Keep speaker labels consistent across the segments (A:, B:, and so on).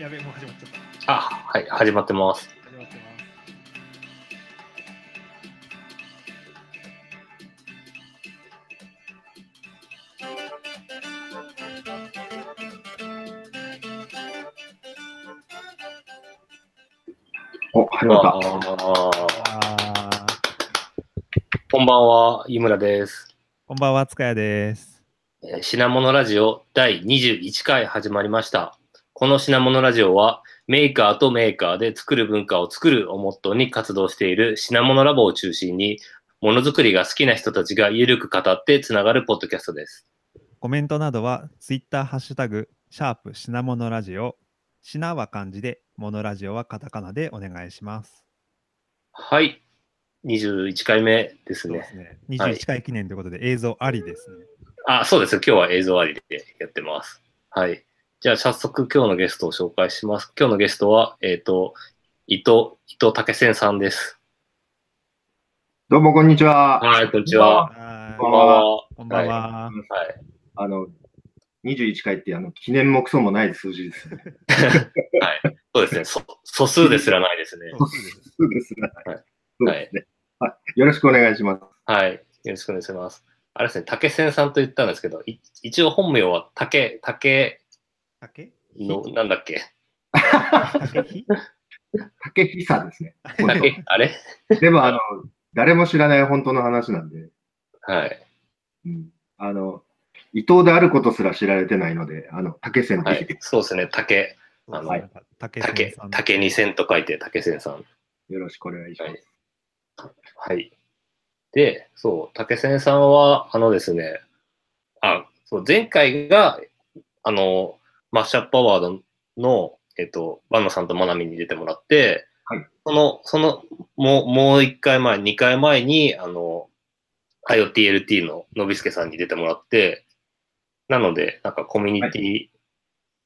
A: やべえ、もう始まっちゃった。
B: あ、はい、始まってます。
A: 始まってます。
C: お、始ま
B: あ
C: った。
B: ー
D: あー
B: こんばんは、井村です。
D: こんばんは、つかやです。
B: えー品物ラジオ第21回始まりました。この品物ラジオは、メーカーとメーカーで作る文化を作るをモットーに活動している品物ラボを中心に、ものづくりが好きな人たちがゆるく語ってつながるポッドキャストです。
D: コメントなどは、ツイッターハッシュタグ、シャープ品物ラジオ、品は漢字で、モノラジオはカタカナでお願いします。
B: はい、21回目で
D: そ
B: す
D: うで
B: ね。
D: すね。
B: はい
D: 21回記念ということで、映像ありですね。
B: あ、そうです。今日は映像ありでやってます。はい。じゃあ、早速今日のゲストを紹介します。今日のゲストは、えっ、と、伊藤、伊藤武仙さんです。
C: どうも、こんにちは。
B: はい、こんにちは。
D: は
B: こ
C: こ
B: ん
C: ん
D: ーいこんば
B: ばんは。
C: ばん
D: んは。
B: はい。
C: あの、21回って、あの、記念もクソもない数字ですね。
B: そうですね。そ素数ですらないですね。
D: そうですね
C: そうですね。
B: はい
C: そうですね。はい。よろしくお願いします。
B: はい。よろしくお願いします。あれですね、武仙さんと言ったんですけど、い一応本名は竹、竹
D: 竹
B: の、なんだっけ
D: 竹ひ
C: 竹久ですね。
B: 竹、あれ
C: でも、あの、誰も知らない本当の話なんで、
B: はい。
C: うん、あの、伊藤であることすら知られてないので、あの、竹線って
B: は
C: 聞い
B: い
C: て、。
B: そうですね、竹、あの
D: なんか竹千
B: 竹
D: さん、
B: 竹二千と書いて竹仙さん。
C: よろしくお願いします。
B: はい。で、そう、竹仙さんは、あのですね、あ、そう、前回が、あの、マッシャップアワードの、えっと、バ野さんとマナミに出てもらって、
C: はい
B: その、その、もう、もう一回前、二回前に、あの、IoTLT ののびすけさんに出てもらって、なので、なんかコミュニティ、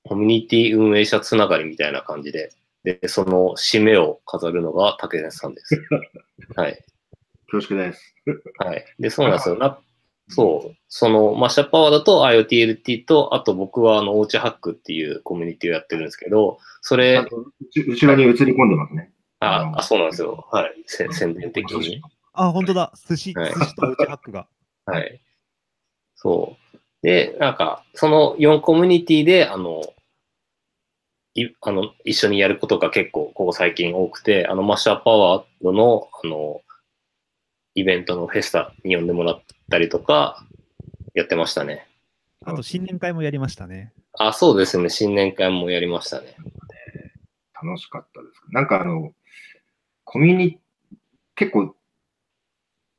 B: コミュニティ運営者つながりみたいな感じで、で、その締めを飾るのが竹仙さん です。はい。
C: 恐縮です。
B: はい。で、そうなんですよ。なそう。その、マッシャッパワーだと IoTLT と、あと僕はあの、おうちハックっていうコミュニティをやってるんですけど、そ
C: ち
B: れ
C: ゃん、とうち後ろに映り込んでますね。
B: あ、あそうなんですよ。はい。せ宣伝的に。
D: あ、本当だ。寿司、
B: はい
D: 寿司とおうちハックが。
B: はい。そう。で、なんか、その4コミュニティで、あの、いあの一緒にやることが結構、ここ最近多くて、あの、マッシャーパワードの、あの、イベントのフェスタに呼んでもらったりとか、やってましたね。
D: あと、新年会もやりましたね。
B: あ、そうですね。新年会もやりましたね。
C: 楽しかったです。なんかあの、コミュニ、結構、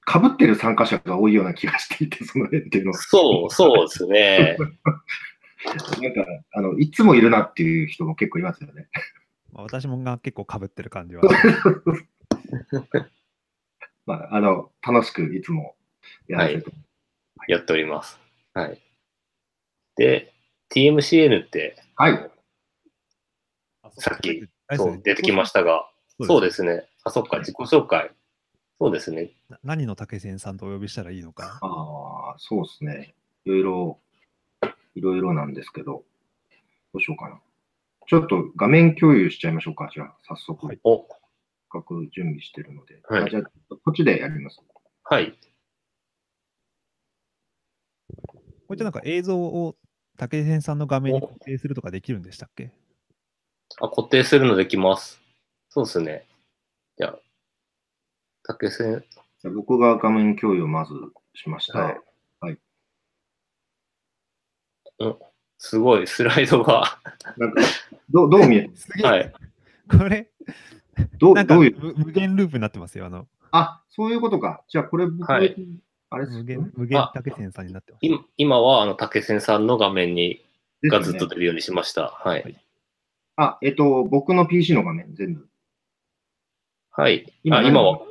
C: 被ってる参加者が多いような気がしていて、 その辺っていうのは。
B: そう、そうですね。
C: なんか、あの、いつもいるなっていう人も結構いますよね。
D: まあ、私もが結構かぶってる感じは。
C: まあ、あの、楽しくいつもやらせて、
B: やっております。はい。で、TMCN って、
C: はい。
B: さっき、
D: あ
B: そう、出てきましたが、そう
D: ですね。
B: ですね。あ、そっか、自己紹介。そうですね。
D: な何の竹千さんとお呼びしたらいいのか。
C: ああ、そうですね。いろいろ、いろいろなんですけど、どうしようかな。ちょっと画面共有しちゃいましょうか。じゃあ、早速、
D: はい
B: お、
C: 企画準備してるので。
B: はい
C: あじゃあ、こっちでやります。
B: はい。
D: これじゃなんか映像を竹千さんの画面に固定するとかできるんでしたっけ
B: あ、固定するのできます。そうですね。じゃあ、竹千、
C: じゃあ僕が画面共有をまずしました。
B: はい
C: はい。
B: すごい、スライドが。
C: なんか、どう どう見え
D: すげえ、
B: はい。
D: これ、
C: ど
D: な
C: うん
D: か
C: どういう、
D: 無無限ループになってますよ。あの
C: あ、そういうことか。じゃあ、これ僕、
B: はい
C: あれです
D: 無
C: よね
D: 限無限
B: あ
D: 竹千さんになってます。
B: 今今は、あの、竹千さんの画面に
C: ですよ
B: が
C: ね
B: ずっと出るようにしました。はい。
C: あ、えっと、僕の PC の画面、全部。
B: はい。
C: 今
B: あ
C: 何
B: 今は、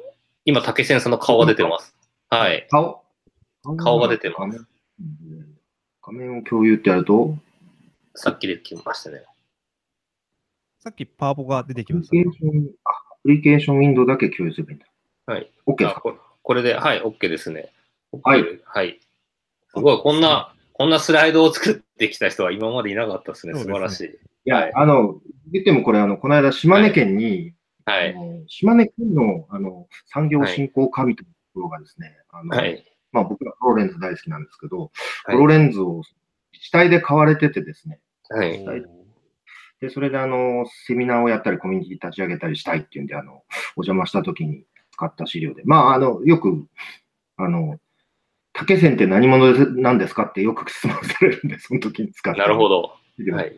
B: 今、竹千さんの顔が出てます。はい。
C: 顔。
B: 顔が出てます
C: 画面を共有ってやると、
B: さっきできましたね。
D: さっきパワポが出て
C: ア
D: きま
C: プリ
D: した
C: ケ
D: ね、
C: ーション、あアプリケーションウィンドウだけ共有すればいいんだ。
B: はい。
C: OK です
B: あ
C: か
B: ここれで、はい、OK ですね。
C: はい
B: OK はい。すごい、こんな、こんなスライドを作ってきた人は今までいなかったですね。
D: そう
B: 素
D: です
B: 晴
D: ね
B: らしい。
C: いや、
B: はい
C: あの、言ってもこれ、あの、この間、島根県に、
B: は
C: あ
B: い。
C: の島根県のあの産業振興課みたいなところがですね、あの
B: はい。
C: まあ、僕らプロレンズ大好きなんですけど、
B: はい
C: プロレンズを自治体で買われててですね、
B: はい。
C: で、それであの、セミナーをやったり、コミュニティ立ち上げたりしたいっていうんで、あの、お邪魔した時に使った資料で、まあ、あの、よく、あの、竹線って何者ですなんですかってよく質問されるんで、その時に使った。
B: なるほど。
C: 資料。
B: はい。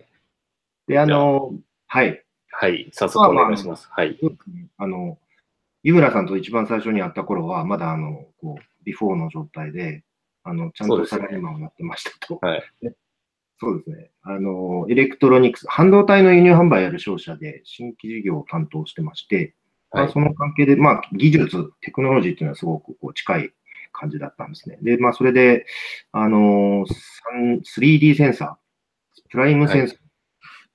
C: で、あの、はい。
B: はい。早速お願いします。はい。
C: よくねあの、井村さんと一番最初に会った頃は、まだあの、こう、ビフォーの状態で、あの、ちゃん
B: そう
C: と
B: です
C: サ
B: ね
C: ラリーマンをやってましたと。
B: はい
C: でそうですね。あの、エレクトロニクス、半導体の輸入販売やる商社で新規事業を担当してまして、ま
B: は
C: あ、
B: い
C: そ。の関係で、まあ、技術、テクノロジーっていうのはすごくこう近い感じだったんですね。で、まあ、それで、あの、三 3D センサー、プライムセンサー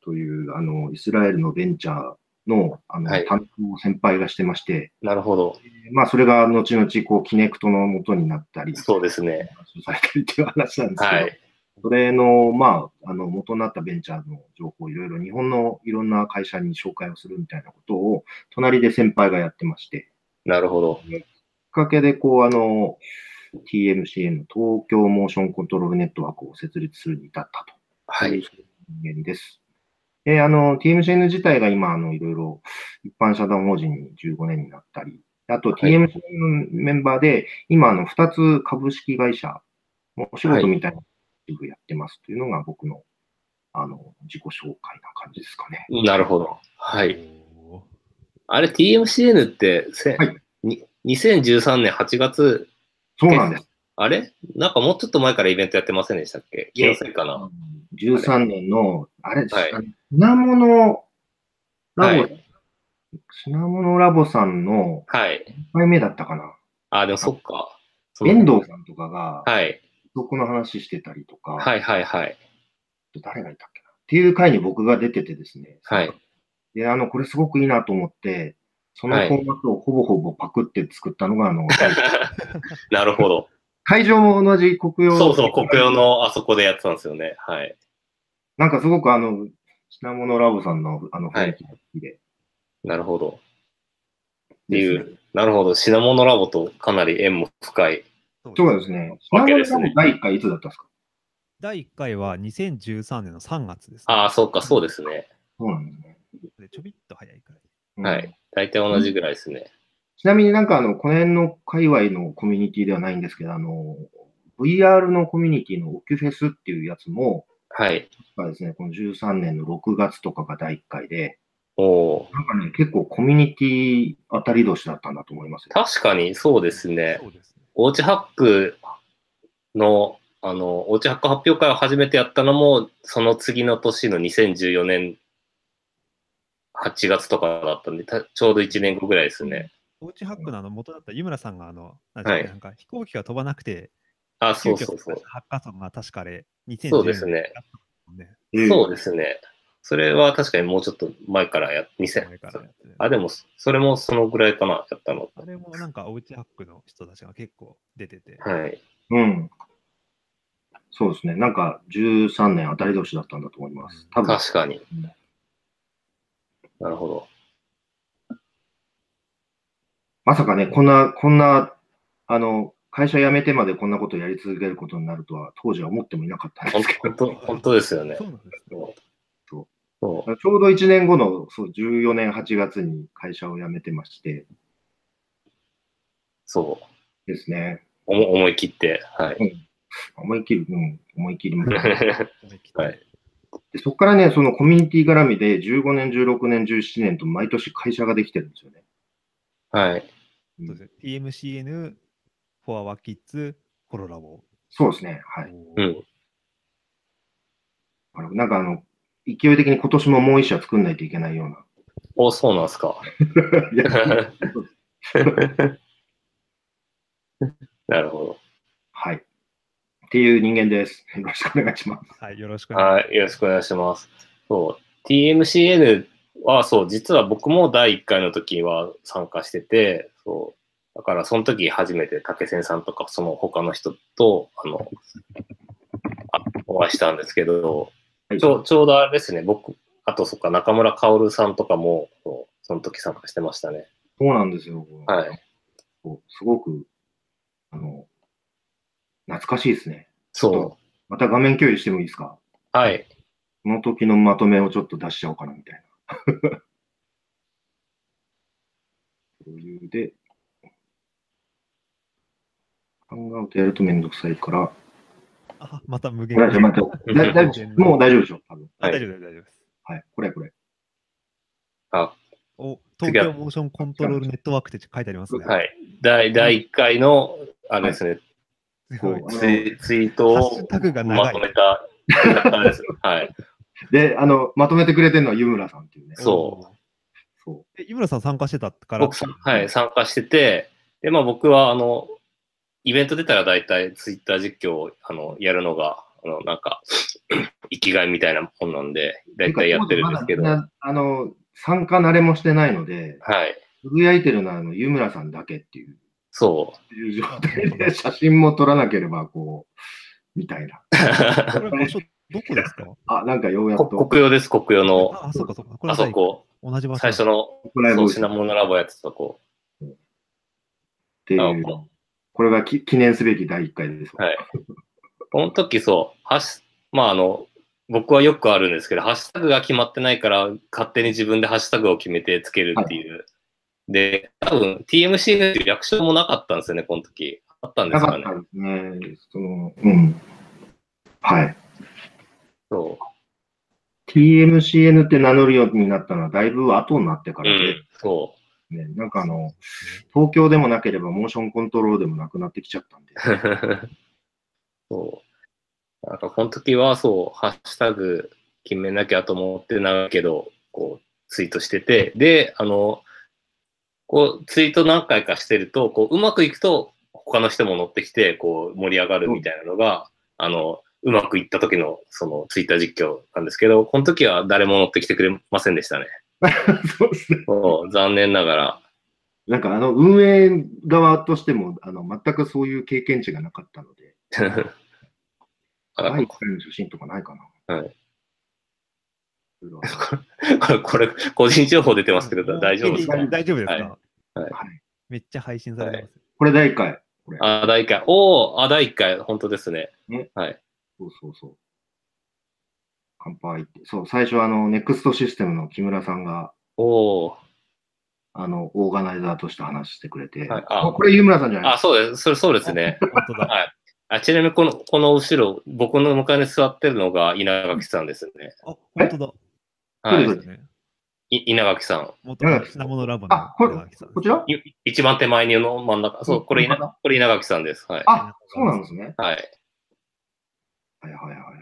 C: という、あの、イスラエルのベンチャーの、あの、
B: はい
C: 担当を先輩がしてまして、
B: なるほど。
C: まあ、それが後々、こう、キネクトの元になったり、
B: そうですね。
C: されたりっていう話なんですけど、
B: はい。
C: それの、まあ、あの、元になったベンチャーの情報をいろいろ日本のいろんな会社に紹介をするみたいなことを、隣で先輩がやってまして、
B: なるほど。
C: きっかけで、こう、あの、TMCN、東京モーションコントロールネットワークを設立するに至ったと。
B: はい。
C: 人間です。で、あの、TMCN 自体が今、あの、いろいろ一般社団法人に15年になったり、あと
B: い
C: TMCN のメンバーで、今、あの、2つ株式会社、お仕事みたいなのをやってますというのが僕の、あの、自己紹介な感じですかね。
B: なるほど。はい。
D: おー
B: あれ、TMCN って、せん
C: はい
B: に2013年8月、
C: そうなんです。
B: あれなんかもうちょっと前からイベントやってませんでしたっけ気のせいかな。
C: 13年の、あ
B: は
C: れ、
B: い
C: あの品物ラ
B: は
C: ボ、
B: い。
C: 品物ラボさんの
B: はい。
C: 1回目だったかな。
B: あ、でもそっか。その
C: 遠藤さんとかが、
B: はい。
C: そこの話してたりとか、
B: はいはいはい。
C: 誰がいたっけなっていう回に僕が出ててですね。
B: はい。
C: で、あの、これすごくいいなと思って、その
B: はい
C: フォーマットをほぼほぼパクって作ったのが、あの、
B: なるほど。
C: 会場も同じ国用。
B: そうそう、国用。のあそこでやってたんですよね。はい。
C: なんかすごくあの、品物ラボさんのあの
B: はい
C: 雰囲気が好きで。
B: なるほど。って
C: です
B: い
C: ね
B: う、なるほど。品物ラボとかなり縁も深い。
C: そうですね。
B: わ
C: 品
B: け
C: 物
B: で
C: ラ
B: す
C: ボ
B: ね
C: 第1回いつだったんですか
D: 第1回は2013年の3月です、ね。
B: ああ、そうか、そうですね。
C: そうなんですね。
D: でちょびっと早いくらい。
C: うん
B: はい。大体同じぐらいですね。
C: ちなみになんかあの、この辺の界隈のコミュニティではないんですけど、あの、VR のコミュニティのオキュフェスっていうやつも、
B: はい。
C: がですね、この13年の6月とかが第1回で、
B: おおー。
C: なんかね、結構コミュニティ当たり年だったんだと思いますよ。
B: 確かにそうですね。
D: そうですね。
B: おうちハックの、あの、おうちハック発表会を初めてやったのも、その次の年の2014年8月とかだったんで、たちょうど1年後ぐらいですね。
D: おうちハックのあの元だった湯村さんがあの、なんでしたっけ
B: はい
D: なんか飛行機が飛ばなくて、
B: あ、
D: 急
B: そう
D: 遽
B: そうそう。
D: ハッカソンが確かあれ、2010年
B: そうですね。そうですね。それは確かにもうちょっと前からや、
D: 前
B: 2000
D: からやってる
B: あ、でも、それもそのぐらいかな、やったの。
D: あれもなんかおうちハックの人たちが結構出てて、
B: はい。
C: うん。そうですね。なんか13年当たり年だったんだと思います。多分。
B: 確かに
C: うん。
B: なるほど。
C: まさかね、こんな、こんな、あの、会社辞めてまでこんなことやり続けることになるとは、当時は思ってもいなかったんで
B: 本
C: すけど、
B: 当本当本当ですよね
D: そ。うなんですね。
B: そう。
C: ちょうど1年後の、そう、14年8月に会社を辞めてまして
B: そう。
C: ですね。
B: おも思い切って。 はい。
C: 思い切る、うん、思い切りました。
B: はい
C: でそこからね、そのコミュニティ絡みで15年、16年、17年と毎年会社ができてるんですよね。
B: はい。
C: うん
D: そうですね TMCN、フォアワキッズ、コロラボ。
C: そうですね。はい。
B: うん。
C: あのなんかあの、勢い的に今年ももう一社作んないといけないよ うな。
B: お、そうなんすか。
C: いや
B: なるほ
C: はい。っていう人間です。よろしくお願いします。
D: はい、よろしく
B: ど。
D: お願いし
B: はい。よろしくお願いします。そう。TMCN は、そう、実は僕も第1回の時は参加してて、そう。だから、その時初めて竹仙さんとか、その他の人と、あの、あお会いしたんですけど、
C: はい
B: ちょちょうどあれですね、僕、あと、そっか、中村薫さんとかも、そうその時参加してましたね。
C: そうなんですよ。
B: はい。
C: こうすごく、あの、懐かしいですね。
B: そ
C: また画面共有してもいいですか
B: う。はい。
C: この時のまとめをちょっと出しちゃおうかな、みたいな。 共有で、ハンガウトやるとめんどくさいから、
D: あ、また無限
C: これ、待って、だ大丈夫もう大丈夫でしょ多分。
D: あ大丈夫です、大丈夫です。
C: はい、これ、これ。
B: あ、
D: お、東京モーションコントロールネットワークって書いてありますね。
B: はい。第第1回の、あれですね、
D: す
B: こ
D: ご
B: う
D: い。
C: はい
B: ツイツイート
D: ハッシ
B: を
D: ュタグが長
B: ま
D: い。
B: と。めた、あれですねはい。
C: で、あの、まとめてくれてるのは湯村さんっていうね。
B: そう
C: そう。
D: え、井村さん参加してたから。
B: 僕さん、はい、参加してて、で、まあ僕は、あの、イベント出たら大体ツイッター実況をあのやるのが、あの、なんか、 生きがいみたいなもんなんで、大体やってるんですけど、
C: てか当時ま
B: は
C: だなあの、参加慣れもしてないので、
B: い。
C: つぶやいてるのはあの湯村さんだけっていう
B: そ
C: いう状態で、写真も撮らなければ、こう、みたいな。
D: これ場所どこですか
C: あ、なんかようや
B: う。
C: っ、
B: こと 国用です、国用の。
D: あ、あそうか、そうか。これは
B: あ
D: じゃ
B: そこ、
D: 同じ場所。
B: 最初の、
C: ライ
B: そ
C: ブ
B: う、
C: っ
B: 品物ラボやってたとこ。
C: てい
B: あ
C: う、これがき記念すべき第1回です。
B: はいこの時そう、ハッシュ、まああの、僕はよくあるんですけど、ハッシュタグが決まってないから、勝手に自分でハッシュタグを決めてつけるっていう。で、多分 TMC の略称もなかったんですよね、この時。あったんで
C: な
B: す
C: か
B: か
C: っ
B: ね
C: た。ですね。その、うん。はい。
B: そ
C: TMCN って名乗るようになったのは、だいぶ後になってか
B: う。
C: ら
B: う
C: で、
B: ん。そ
C: ね、なんかあの、東京でもなければモーションコントロールでもなくなってきちゃったんで。
B: う。 そう。なんかこの時はそう、ハッシュタグ決めなきゃと思ってないけど、こう、ツイートしてて、で、あの、こう、ツイート何回かしてると、こう、うまくいくと、他の人も乗ってきて、こう、盛り上がるみたいなのが、あの、うまくいった時の、その、ツイッター実況なんですけど、この時は誰も乗ってきてくれませんでしたね。
C: そうですね。
B: そう残念ながら。
C: なんかあの、運営側としても、あの、全くそういう経験値がなかったので、
B: あ
C: 第1回の写真とかないかな。
B: はい
C: いろいろ。
B: これ、これ個人情報出てますけど、大丈夫ですか
C: いい
D: 大丈夫ですか
C: はい
D: めっちゃ配信されてます。
C: これ第1回。これ。
B: あ、第1回。おお、あ、第1回。本当ですね。
C: そうそうそう。乾杯って。そう、最初あの、ネクストシステムの木村さんが、
B: おお。
C: あの、オーガナイザーとして話してくれて、
B: はいあ
C: あこれ湯村さんじゃな
B: あ、
C: いです
B: そうです。それ、そうですね。
D: 本当だ。
B: はい。あちなみに、この、この後ろ、僕の向かいに座ってるのが稲垣さんですね。
D: あ、本当だ。
B: は
C: そ
B: い。
C: うで
B: い稲垣さん。
D: 元々品物ラボの
C: あこれ
D: 柳さん
C: こちら
B: い一番手前にの真ん中。そう、これ稲、
C: 真ん中
B: これ稲垣さんです。はい。
C: あ、そうなんですね。
B: はい。
C: はいはいはいはい。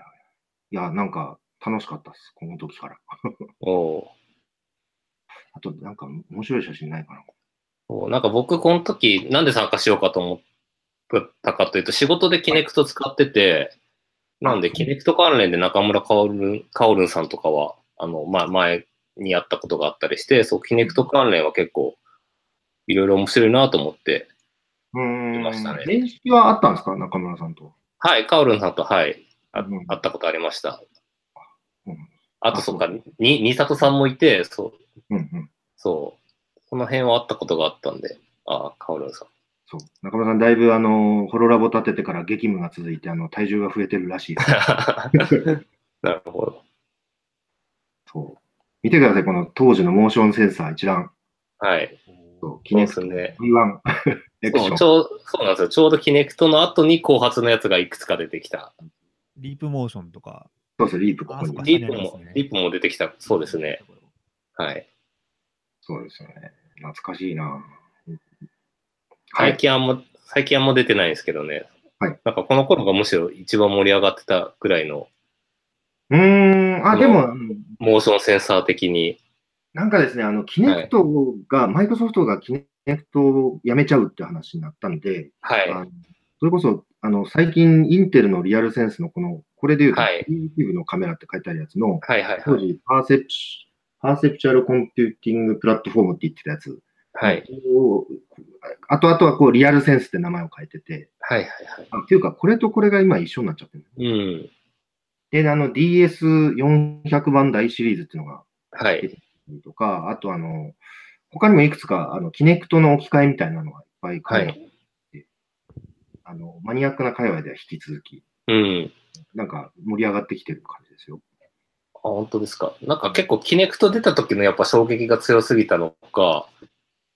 C: いや、なんか楽しかったです。この時から。
B: おお。
C: あと、なんか面白い写真ないかな。
B: そうなんか僕、この時、なんで参加しようかと思ったかというと、仕事でキネクト使ってて、なんで、キネクト関連で中村かおるん、かおるんさんとかは、あの、まあ、前にやったことがあったりして、そう、キネクト関連は結構、いろいろ面白いなと思って、
C: うー
B: い
C: ん。
B: ましたね
C: 面識はあったんですか中村さんと。
B: はい、かおるんさんと、はい、あ
C: うん
B: 会ったことありました
C: うん。
B: あと、そっか、に、にさとさんもいて、そう、
C: うんうん。
B: そう、この辺は会ったことがあったんで、ああ、かおるんさん。
C: そう。中村さん、だいぶあの、ホロラボ立ててから激務が続いて、あの、体重が増えてるら しいです。
B: なるほど。
C: そう。見てください、この当時のモーションセンサー一覧。
B: はい。
C: そう、
B: そうですね。
C: V1 エク
B: そ
C: ショ
B: う
C: ン
B: ち。ょうそうなんですよ。ちょうどキネクトの後に後発のやつがいくつか出てきた。
D: リープモーションとか。
C: そうそう、リープこ
D: あ
C: こ
D: そっか
C: に。
B: リップ
D: そうです
B: も
D: ね、
B: リップも出てきた。そうですね。。はい。
C: そうですよね。懐かしいなは
B: 最
C: い。
B: 近あんま、最近あんま出てないんですけどね。
C: はい。
B: なんかこの頃がむしろ一番盛り上がってたぐらいの
C: うーん、あ、でも、うん
B: モーションセンサー的に。
C: なんかですね、あの、キネクトが、マイクロソフトがキネクトをやめちゃうって話になったんで、
B: はい。
C: あのそれこそ、あの、最近、インテルのリアルセンスのこの、これで言うと、
B: はい
C: クリエイティブのカメラって書いてあるやつの、
B: はいはい
C: 当
B: はい。
C: 時、パーセプチ、パーセプチュアルコンピューティングプラットフォームって言ってたやつ
B: はい。
C: を、あとあとはこう、リアルセンスって名前を変えてて、
B: はいはいはい。
C: あっていうか、これとこれが今一緒になっちゃってる。
B: うん。
C: で、あの DS400 番台シリーズっていうのが
B: はい。
C: とか、あとあの、他にもいくつか、あの、キネクトの置き換えみたいなのがいっぱい書いてあって、あの、マニアックな界隈では引き続き、
B: うん。
C: なんか盛り上がってきてる感じですよ。
B: あ、本当ですか。なんか結構、キネクト出た時のやっぱ衝撃が強すぎたのか、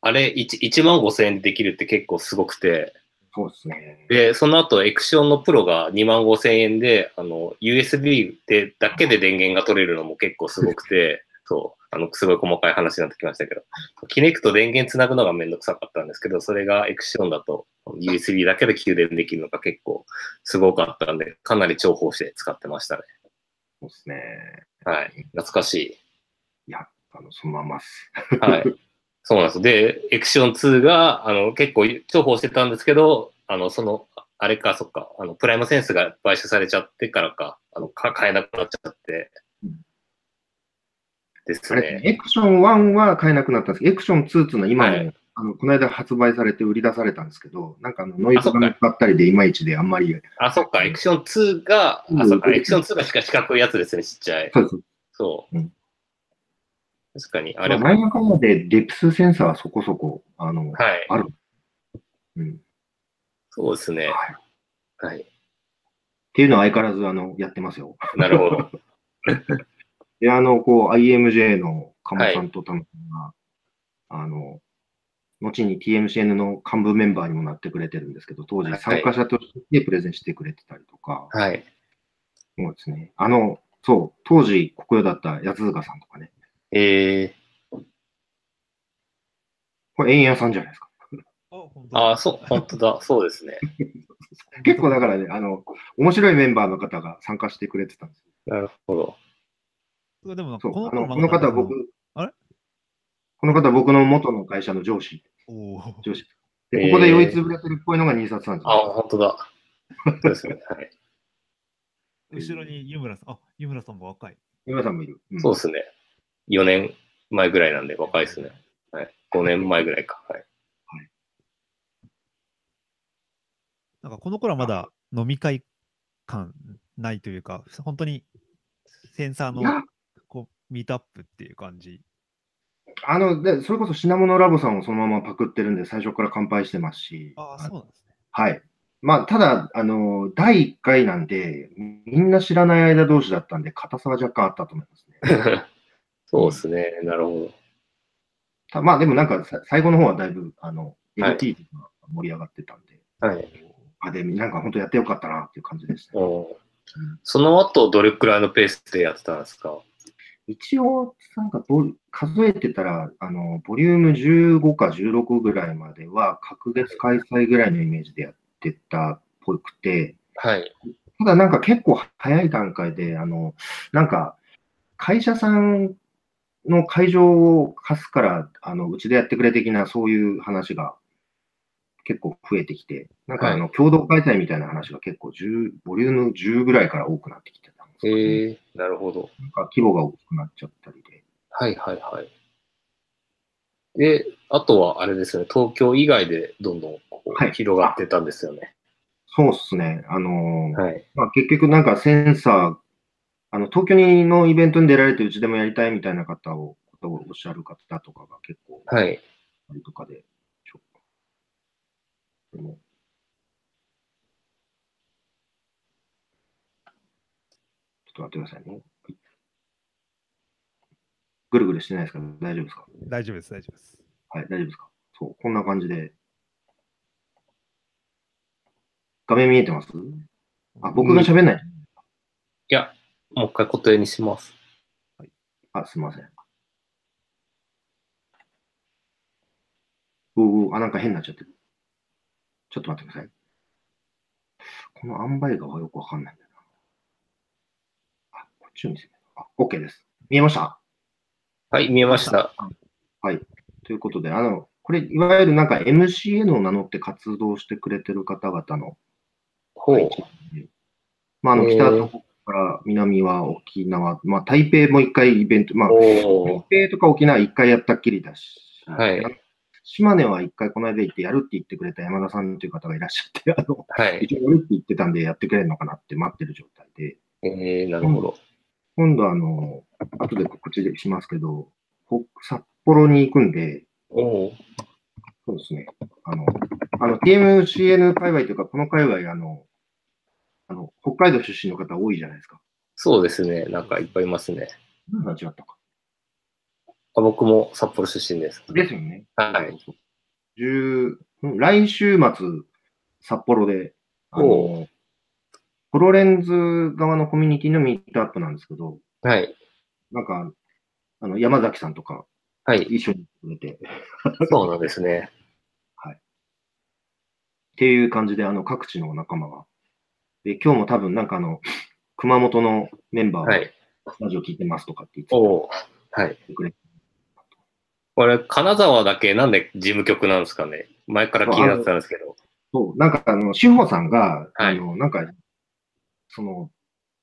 B: あれ1、1万5千円でできるって結構すごくて、
C: そうですね。
B: で、その後、エクシオンのプロが2万5千円で、あの、USB で、だけで電源が取れるのも結構すごくて、そう、あの、すごい細かい話になってきましたけど、キネクト電源つなぐのがめんどくさかったんですけど、それがエクシオンだと USB だけで給電できるのが結構すごかったんで、かなり重宝して使ってましたね。
C: そうですね。
B: はい。懐かしい。
C: いや、あの、そのまんまっす。
B: はい。そうなんですよ。で、エクシオン2が、あの、結構重宝してたんですけど、あの、その、あれか、そっか、あの、プライムセンスが買収されちゃってからか、あの、か買えなくなっちゃって
C: うん。
B: です
C: あれ、
B: ね。
C: エクション1は買えなくなったんですけど、エクション2っていうのは今
B: は
C: も、
B: い
C: あの、この間発売されて売り出されたんですけど、なんかあの、ノイ
B: あ
C: ズ
B: そっ
C: が
B: か
C: 乗っかったりで、いまいちであんまり、
B: あ、そっか、エクション2が、
C: うん
B: あ、そっか、エクション2がしか四角いやつですね、ちっちゃい。
C: そうです。
B: そう
C: うん。
B: 確かに、あ
C: あ
B: れ
C: れ、
B: も、
C: マイナカまでデプスセンサーはそこそこ、あの、
B: はい。
C: ある。うん。
B: そうですね。
C: はい。っ
B: はい。
C: ていうのは相変わらず、あの、やってますよ。
B: なるほ ど。
C: で、あの、こう、IMJ の鴨さんと田野さんが、あの、後に TMCN の幹部メンバーにもなってくれてるんですけど、当時
B: はい
C: 参加者としてプレゼンしてくれてたりとか、
B: はい。
C: そうですね。あの、そう、当時、国用だった八塚さんとかね、
B: え
C: これ、円屋さんじゃないですか。
B: ー、あ、そう、本当だ、そうですね。
C: 結構だからね、あの、面白いメンバーの方が参加してくれてたんですよ。
B: なるほど。
D: そうでもなん
C: そ
D: か
C: う、
D: この
C: あの
D: 頃
C: この方は僕、
D: あれ
C: この方は僕の元の会社の上司、
D: おおー
C: 上司。で、ここで酔いつぶれてるっぽいのが新札さんです
B: あ、本当だ。そうですね。はい。
D: 後ろに湯村さん、あ湯村さんも若い。
C: 皆さんもいる。うん
B: そうですね。4年前ぐらいなんで若いですね。はい。5年前ぐらいか。はい。
D: なんかこの頃はまだ飲み会感ないというか、本当にセンサー
C: いや
D: のこうミートアップっていう感じ。
C: あのでそれこそ品物ラボさんをそのままパクってるんで、最初から乾杯してますし、
D: ああ、そうなんですね。
C: はいまあ、ただあの、第1回なんで、みんな知らない間同士だったんで、硬さは若干あったと思いますね。
B: そうですね。なるほ
C: たまあ、でもなんか、さ最後の方はだいぶあの
B: はい
C: LT が盛り上がってたんで、
B: ど。はい。
C: あでなんか本当やってよかったなっていう感じでした、ね
B: うん、その後、どれくらいのペースでやってたんですか
C: 一応、なんかボリ数えてたらあの、ボリューム15か16ぐらいまでは、隔月開催ぐらいのイメージでやってたっぽくて、
B: はい。
C: ただなんか結構早い段階で、あの、なんか会社さんの会場を貸すから、あの、うちでやってくれ的なそういう話が結構増えてきて、なんかあの、共同開催みたいな話が結構10、ボリューム10ぐらいから多くなってきてたんですよね
B: えー、なるほど。
C: なんか規模が大きくなっちゃったりで。
B: はいはいはい。で、あとはあれですよね、東京以外でどんどんこう
C: はい
B: 広がってたんですよね。
C: そうっすね。あのー
B: はい。
C: まあ、結局なんかセンサー、あの東京のイベントに出られてうちでもやりたいみたいな方を、ことをおっしゃる方とかが結構
B: はい。
C: あれとかで、ちょでもちょっと待ってくださいね。ぐるぐるしてないですか大丈夫ですか
D: 大丈夫です、大丈夫です。
C: はい、大丈夫ですかそう、こんな感じで。画面見えてますあ、僕が喋んない。
B: いや、もう一回固定にします。
C: あ、すみません。おーあ、なんか変になっちゃってる。ちょっと待ってください。この塩梅がよくわかんないんだよな。あ、こっちを見せる。あ、OK です。見えました
B: はい、見えました。
C: はい。ということで、あの、これ、いわゆるなんか MCN を名乗って活動してくれてる方々の
B: ほう。
C: まあ、あの
B: へー
C: 北の方から南は沖縄、まあ、台北も一回イベント、まあ、
B: おー
C: 台北とか沖縄一回やったっきりだし、
B: はい
C: 島根は一回この間行ってやるって言ってくれた 山田さんという方がいらっしゃって、あの
B: はい。
C: 一応やるって言ってたんでやってくれるのかなって待ってる状態で、
B: えー、なるほど。
C: 今度あの、後で告知しますけど、ほ札幌に行くんで、
B: おお。
C: そうですね。あの、あの、TMCN 界隈というか、この界隈、あの、あの、北海道出身の方多いじゃないですか。
B: そうですね。なんかいっぱいいますね。
C: 何が違ったか。
B: あ僕も札幌出身です。
C: ですよね。
B: はい。
C: 10ん来週末、札幌で、あ
B: お
C: の、プロレンズ側のコミュニティのミートアップなんですけど、
B: はい。
C: なんか、あの、山崎さんとか
B: はい。
C: 一緒に出て、っ
B: そうなんですね。
C: ていう感じで、あの、各地の仲間が。で、今日も多分、なんかあの、熊本のメンバー
B: は
C: が
B: い。
C: ラジオ聞いてますとかって言
B: お
C: っ
B: お。はい。
C: てくれて、
B: これ、金沢だけなんで事務局なんですかね。前から気になってたんですけど。
C: そう、なんかあの、志保さんが、
B: はい
C: あの、なんか、その、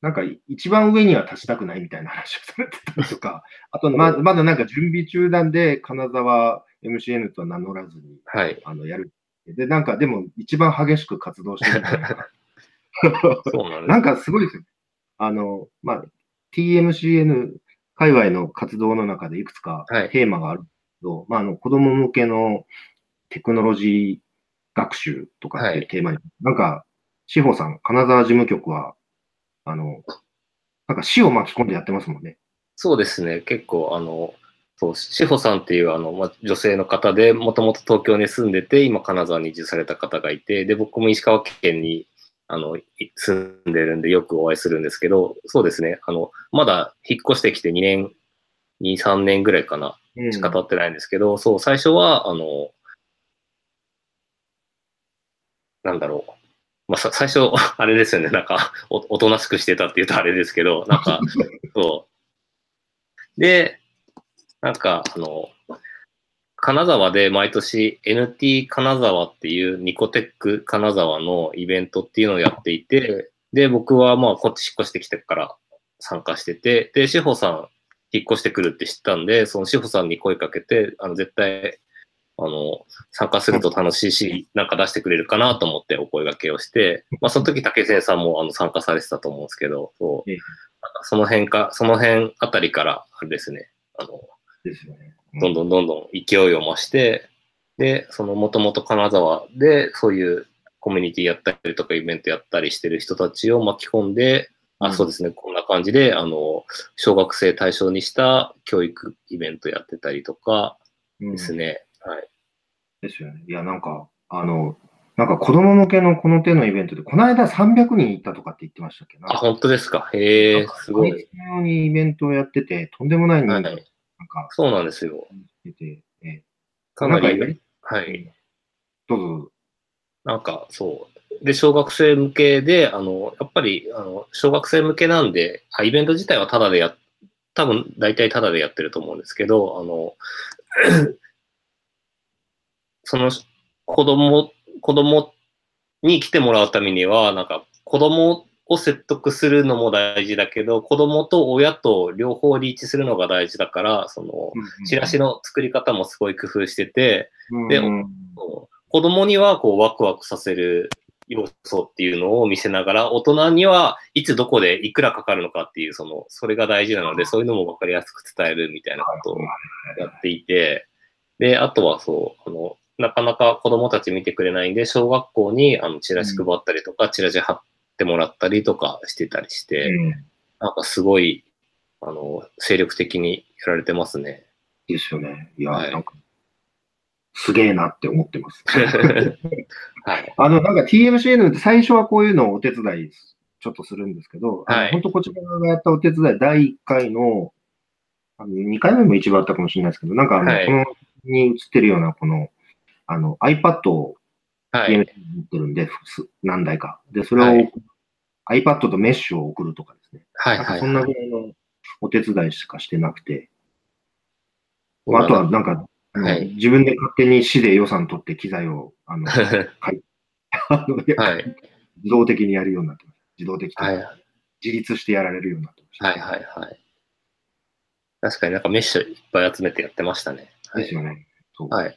C: なんか一番上には立ちたくないみたいな話をされてたり とか、あとま、まだなんか準備中なんで、金沢 MCN とは名乗らずに、
B: はい。
C: あの、やる。で、なんかでも一番激しく活動してるみたいな。
B: そうなんです
C: なん かすごいですよ。あの、まあ、TMCN 界隈の活動の中でいくつか
B: はい
C: テーマがあるけど、まあ、あの、子供向けのテクノロジー学習とかっ
B: は
C: て
B: い
C: テーマに、なんか、志保さん、金沢事務局は、あの、なんか死を巻き込んでやってますもんね。
B: そうですね、結構、あの、そう、志保さんっていうあの、まあ、女性の方で、もともと東京に住んでて、今、金沢に移住された方がいて、で、僕も石川県に、あの、い住んでるんで、よくお会いするんですけど、そうですね、あの、まだ引っ越してきて2年、2、3年ぐらいかな、
C: うん
B: しか経ってないんですけど、そう、最初は、あの、なんだろう。まあ、さ最初、 あれですよね、なんか、おおとなしくしてたって言うとあれですけど、なん か、そう。で、なんか、あの、金沢で毎年 NT 金沢っていうニコテック金沢のイベントっていうのをやっていて、で、僕はまあこっち引っ越してきてから参加してて、で、志保さん引っ越してくるって知ったんで、その志保さんに声かけて、あの、絶対、あの、参加すると楽しいし、なんか出してくれるかなと思ってお声掛けをして、まあその時竹先さんもあの参加されてたと思うんですけど、そう
C: ええ。
B: なんかその辺か、その辺あたりから、あれですね、あの、
C: ですよね。
B: どんどんどんどん勢いを増して、で、そのもともと金沢でそういうコミュニティやったりとかイベントやったりしてる人たちを巻き込んで、
C: う
B: あ、
C: ん
B: そうですね、こんな感じで、あの、小学生対象にした教育イベントやってたりとか
C: うん
B: ですね。はい。
C: ですよね。いや、なんか、あの、なんか子供向けのこの手のイベントで、この間300人いたとかって言ってましたっけな。
B: あ、本当ですか。へえ、すご
C: なん
B: い。
C: か毎日のようにイベントをやってて、とんでもない人
B: は
C: 数
B: い。
C: なんか、
B: そうなんですよ。
C: 出て、え
B: かな
C: なんか
B: り
C: イベント、
B: はい。
C: どうぞ。
B: なんか、そう。で、小学生向けで、あの、やっぱり、あの、小学生向けなんで、あイベント自体はタダでや、多分、大体タダでやってると思うんですけど、あの、 その、子供、子供に来てもらうためには、なんか、子供を説得するのも大事だけど、子供と親と両方リーチするのが大事だから、その、チラシの作り方もすごい工夫してて、
C: の
B: で
C: うん、
B: そう子供にはこうワクワクさせる要素っていうのを見せながら、大人にはいつどこでいくらかかるのかっていう、その、それが大事なので、そういうのも分かりやすく伝えるみたいなことをやっていて、で、あとはそう、あの、なかなか子供たち見てくれないんで、小学校にあのチラシ配ったりとか、チラシ貼ってもらったりとかしてたりして、
C: うん
B: なんかすごい、あの、精力的にやられてます ね。
C: ですよね。いや、
B: はい
C: なんか、すげえなって思ってます。
B: はい。
C: あの、なんか TMCN って最初はこういうのをお手伝いちょっとするんですけど、
B: はい
C: 本当こちらがやったお手伝い第1回の、あの2回目も一番あったかもしれないですけど、なんかあの、
B: はい
C: このに映ってるようなこの、あの iPad を
B: は
C: TMCN に持
B: い。
C: ってるんで、複数何台か。で、それを、
B: は
C: iPad とメッシュを送るとかですね。
B: はい。
C: なん
B: は
C: か
B: い
C: そんなぐらいのお手伝いしかしてなくて、
B: そう
C: あと
B: な
C: は
B: ん
C: なんか、あの
B: はい
C: 自分で勝手に市で予算取って機材を、あの、
B: だ
C: あのや
B: はい。
C: 自動的にやるようになってます。自動的と
B: はい。
C: いう
B: はい
C: か、自立してやられるようになってました。
B: はいはい。確かになんかメッシュいっぱい集めてやってましたね。は
C: です
B: い。
C: よね。そう。
B: はい、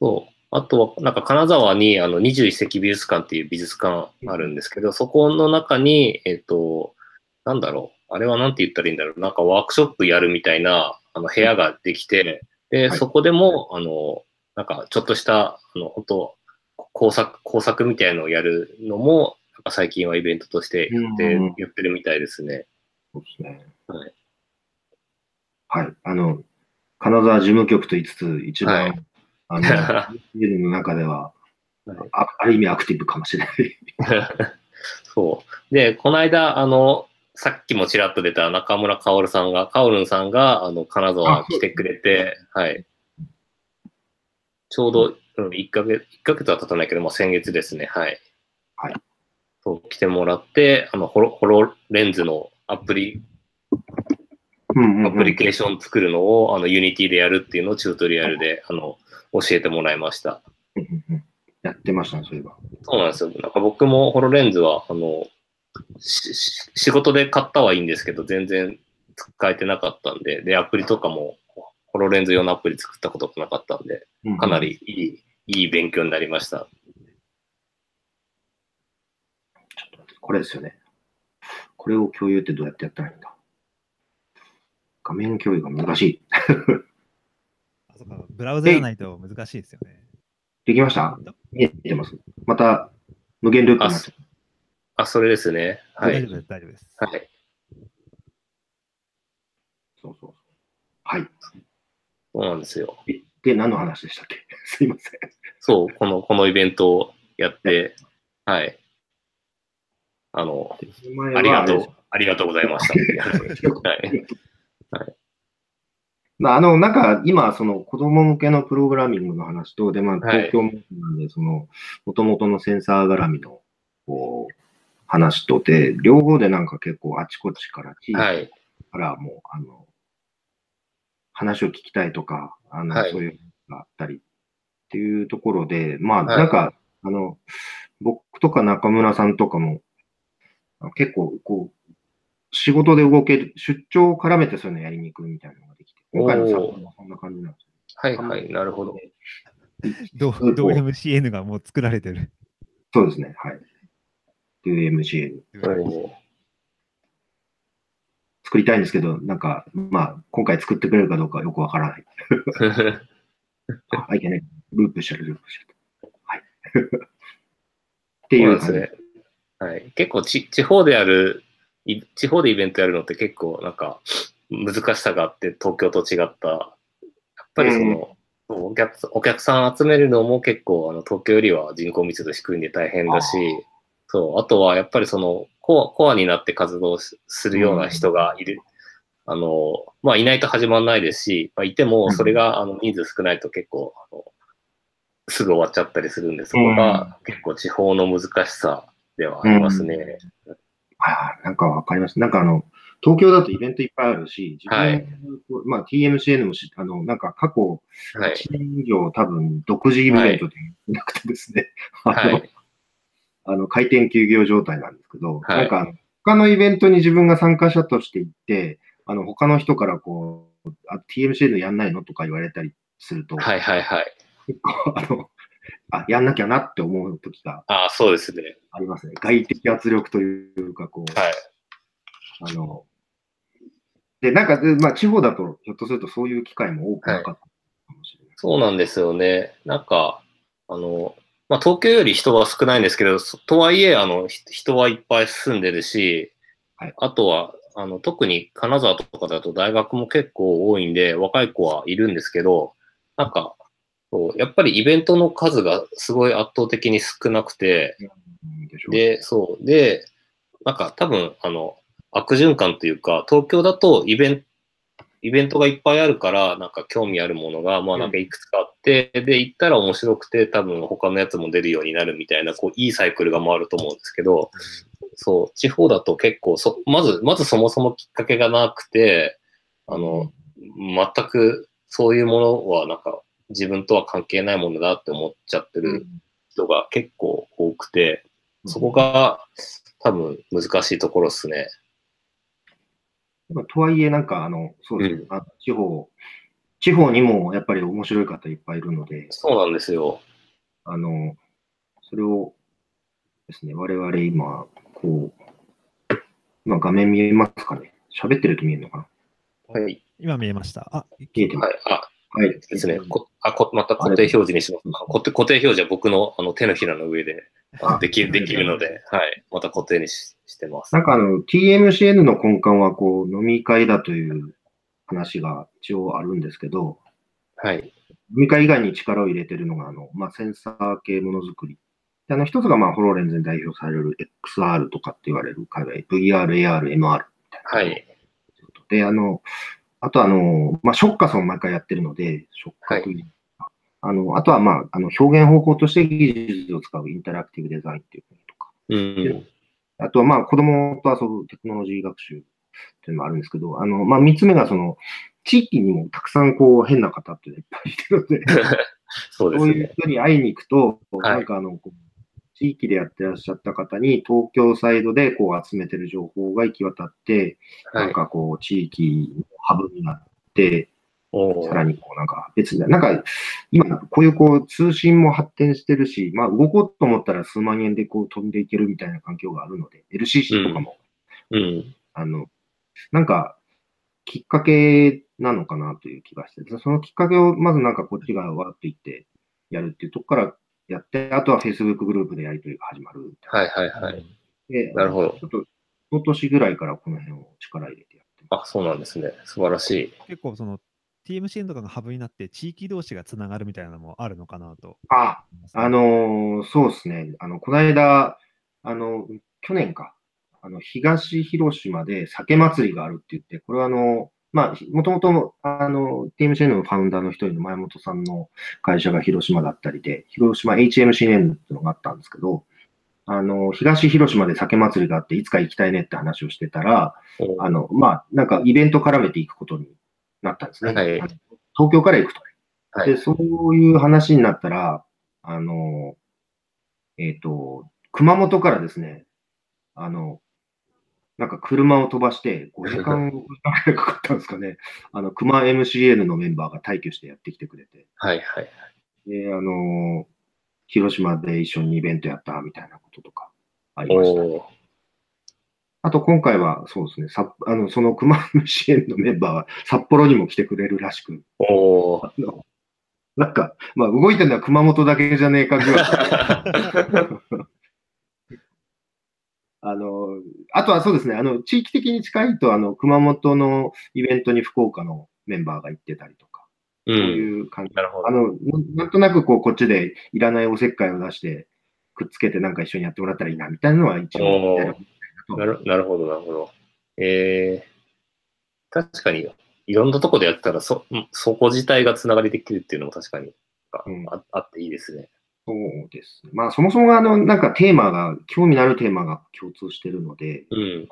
B: そうあとは、なんか金沢にあの21世紀美術館っていう美術館あるんですけど、そこの中に、えっ、と、なんだろう。あれはなんて言ったらいいんだろう。なんかワークショップやるみたいな、あの、部屋ができて、で、
C: はい
B: そこでも、あの、なんか、ちょっとした、あの、本当工作、工作みたいのをやるのも、なんか最近はイベントとして言って、
C: うん
B: 言ってるみたいですね。
C: そうですね。
B: はい。
C: はい。あの、金沢事務局と言いつつ、一番、
B: はい
C: あ の、ビルの中では、
B: はい
C: あある意味アクティブかもしれない。
B: そう。で、この間、あの、さっきもちらっと出た中村かおるさんが、かおるんさんが、あの、金沢来てくれて、はい。ちょうど、うん、1ヶ月、一ヶ月は経たないけど、まあ、先月ですね、はい。
C: はい。
B: そう、来てもらって、あの、ホロ、ホロレンズのアプリ、
C: うんうんうん
B: アプリケーション作るのを、あの、ユニティでやるっていうのをチュートリアルで、あの、教えてもらいました。
C: うんうんうんやってましたね、そういえば。
B: そうなんですよ。なんか僕もホロレンズは、あの、しし仕事で買ったはいいんですけど、全然使えてなかったんで、で、アプリとかも、ホロレンズ用のアプリ作ったことがなかったんで、
C: うん
B: かなりいい、いい勉強になりました。
C: これですよね。これを共有ってどうやってやったらいいんだ画面共有が難しい。
D: あそうかブラウザじゃないと難しいですよね。
C: できました
D: ど
C: 見えてます。また、無限ループになっちゃう
B: あ、それですね。は
D: 大
B: い。
D: 丈夫です、大丈夫です。
B: はい。
C: そうそうそう。はい。
B: そうなんですよ。
C: で、何の話でしたっけ すいません。
B: そう、この、このイベントをやって、はい。あの、ありがとう、ありがとうございました。はい。
C: まあ、あの、なんか、今、その、子供向けのプログラミングの話と、で、まあ、
B: はい
C: 東京もなんで、その、もともとのセンサー絡みの、こう、話とで、両方でなんか結構、あちこちから、地域
B: はい。
C: からもう、あの、話を聞きたいとか、あの、
B: はい
C: そういうのがあったりっていうところで、まあ、
B: はい
C: なんか、あの、僕とか中村さんとかも、あ結構、こう、仕事で動ける、出張を絡めてそういうのやりに行くみたいなのができて、今回の作品はそんな感じなんですよ
B: はい。はい。なるほど。
D: どう、どう MCN がもう作られてる。
C: そうですね、はい。という MCA
B: おー
C: 作りたいんですけど、なんか、まあ、今回作ってくれるかどうかよくわからない。あ、いけない。ループしちゃう、ループしちゃう。はい。 っていう
B: そう
C: 感じ。
B: ですね。はい、結構ち地方でやる、い地方でイベントやるのって結構なんか難しさがあって、東京と違った。やっぱりその、お客お客さん集めるのも結構あの東京よりは人口密度低いんで大変だし、そう、あとはやっぱりそのコアコアになって活動すするような人がいる。あの、まあ、いないと始まらないですし、まあ、いてもそれがあの人数少ないと結構、あのすぐ終わっちゃったりするんで、そこが結構地方の難しさではありますね。
C: はいはいなんかわかります。なんかあの、東京だとイベントいっぱいあるし、自
B: はい
C: 分のまあ TMCN もし、あの、なんか過去
B: はい。
C: 1年以上多分独自イベントでなくてですね、
B: は
C: あの
B: い。
C: あの、開店休業状態なんですけど、
B: はい
C: なんかあの、他のイベントに自分が参加者として行って、あの、他の人からこう、あ TMCN やんないのとか言われたりすると、
B: はいはいはい。
C: 結構 あの、あ、やんなきゃなって思う時が
B: ああ、そうですね。
C: ありますね。外的圧力というか、こう、
B: はい。
C: あの、で、なんか、でまあ、地方だと、ひょっとするとそういう機会も多くなかったかもしれない。
B: そうなんですよね。なんか、あの、まあ、東京より人は少ないんですけど、そとはいえ、あの、ひ人はいっぱい住んでるし、
C: はい
B: あとは、あの、特に金沢とかだと大学も結構多いんで、若い子はいるんですけど、なんか、そうやっぱりイベントの数がすごい圧倒的に少なくて、
C: うんでしょ
B: で、そう。で、なんか多分、あの、悪循環というか、東京だとイベント、イベントがいっぱいあるから、なんか興味あるものが、まあなんかいくつかあって、で、行ったら面白くて、多分他のやつも出るようになるみたいな、こう、いいサイクルが回ると思うんですけど、そう、地方だと結構そ、まず、まずそもそもきっかけがなくて、あの、全くそういうものは、なんか自分とは関係ないものだって思っちゃってる人が結構多くて、そこが多分難しいところですね。
C: まあ、とはいえ、なんか、あの、そうですね、あの地方、地方にもやっぱり面白い方いっぱいいるので、
B: そうなんですよ。
C: あの、それをですね、我々今、こう、今画面見えますかね喋ってると見えるのかな
B: はい。
D: 今見えました。あ、
C: 見えてます。
B: はい。あ、
C: はい。
B: ですね。こあこまた固定表示にします。あ固定固定表示は僕のあの手のひらの上であのできるできるので、はい。また固定にししてます。
C: なんかあの、TMCN の根幹は、こう、飲み会だという話が一応あるんですけど、
B: はい。
C: 飲み会以外に力を入れてるのが、あの、まあ、センサー系ものづくり。であの、一つが、まあ、ホロレンズに代表される XR とかって言われる海外、VR、AR、MR
B: はい。
C: で、あの、あとあの、まあ、ショッカソン毎回やってるので、ショッカクイズあの、あとはまあ、あの表現方法として技術を使うインタラクティブデザインっていうのとか、
B: うん。
C: あとはまあ、子供と遊ぶテクノロジー学習っていうのもあるんですけど、あの、まあ、三つ目がその、地域にもたくさんこう変な方っていうのがいっぱいいるので、
B: そうで
C: そ
B: す
C: ういう
B: ね。
C: 人に会いに行くと、
B: はい
C: なんかあの、こう地域でやってらっしゃった方に、東京サイドでこう集めてる情報が行き渡って、
B: は
C: なん
B: い。
C: かこう、地域のハブになって、
B: お
C: さ
B: ー
C: らにこうなんか別に、なんか今こういうこう通信も発展してるし、まあ動こうと思ったら数万円でこう飛んでいけるみたいな環境があるので、LCC とかも、
B: うん。
C: あの、なんかきっかけなのかなという気がして、そのきっかけをまずなんかこっちがわーっといってやるっていうとこからやって、あとは Facebook グループでやりとりが始まるみたい
B: はいはいはい。
C: な。で
B: なるほど
C: ちょっと、今年ぐらいからこの辺を力入れてやってます。
B: あ、そうなんですね。素晴らしい。
D: 結構その TMCN とかがハブになって地域同士がつながるみたいなのもあるのかなと
C: あ、
D: 思いますね。
C: あのーそうですね。あの、この間、あの、去年か、あの、東広島で酒祭りがあるって言って、これはあの、まあ、ひもともと、あの、TMCN のファウンダーの一人の前本さんの会社が広島だったりで、広島 HMCN っていうのがあったんですけど、あの、東広島で酒祭りがあって、いつか行きたいねって話をしてたら、
B: お
C: あの、まあ、なんかイベント絡めていくことになったんですね。
B: はい
C: あの東京から行くと。
B: はい
C: で、そういう話になったら、あの、えっ、と、熊本からですね、あの、なんか車を飛ばして5時間ぐらいかかったんですかね。 あの、熊 MCN のメンバーが退去してやってきてくれて、
B: はいはい。
C: で、あの、広島で一緒にイベントやったみたいなこととかあり
B: お
C: ました。
B: おー
C: あと今回はそうですね、さあのその熊本支援のメンバーは札幌にも来てくれるらしく、
B: おお
C: あのなんか、まあ、動いてるのは熊本だけじゃねえかぐらい。 あの、あとはそうですね、あの、地域的に近いと、あの、熊本のイベントに福岡のメンバーが行ってたりとか、
B: う。
C: そうんいう感じ。
B: なるほ
C: あ
B: ど。
C: の、ななんとなくこう、こっちでいらないおせっかいを出して、くっつけてなんか一緒にやってもらったらいいな、みたいなのは一応
B: お
C: や
B: ー
C: る、
B: なるなるほど、なるほど。えー、確かに、いろんなとこでやってたらそ、そこ自体がつながりできるっていうのも確かにあ,、
C: うん
B: ああっていいですね。
C: そうですね。まあ、そもそもが、あの、なんかテーマが、興味のあるテーマが共通してるので、
B: うん。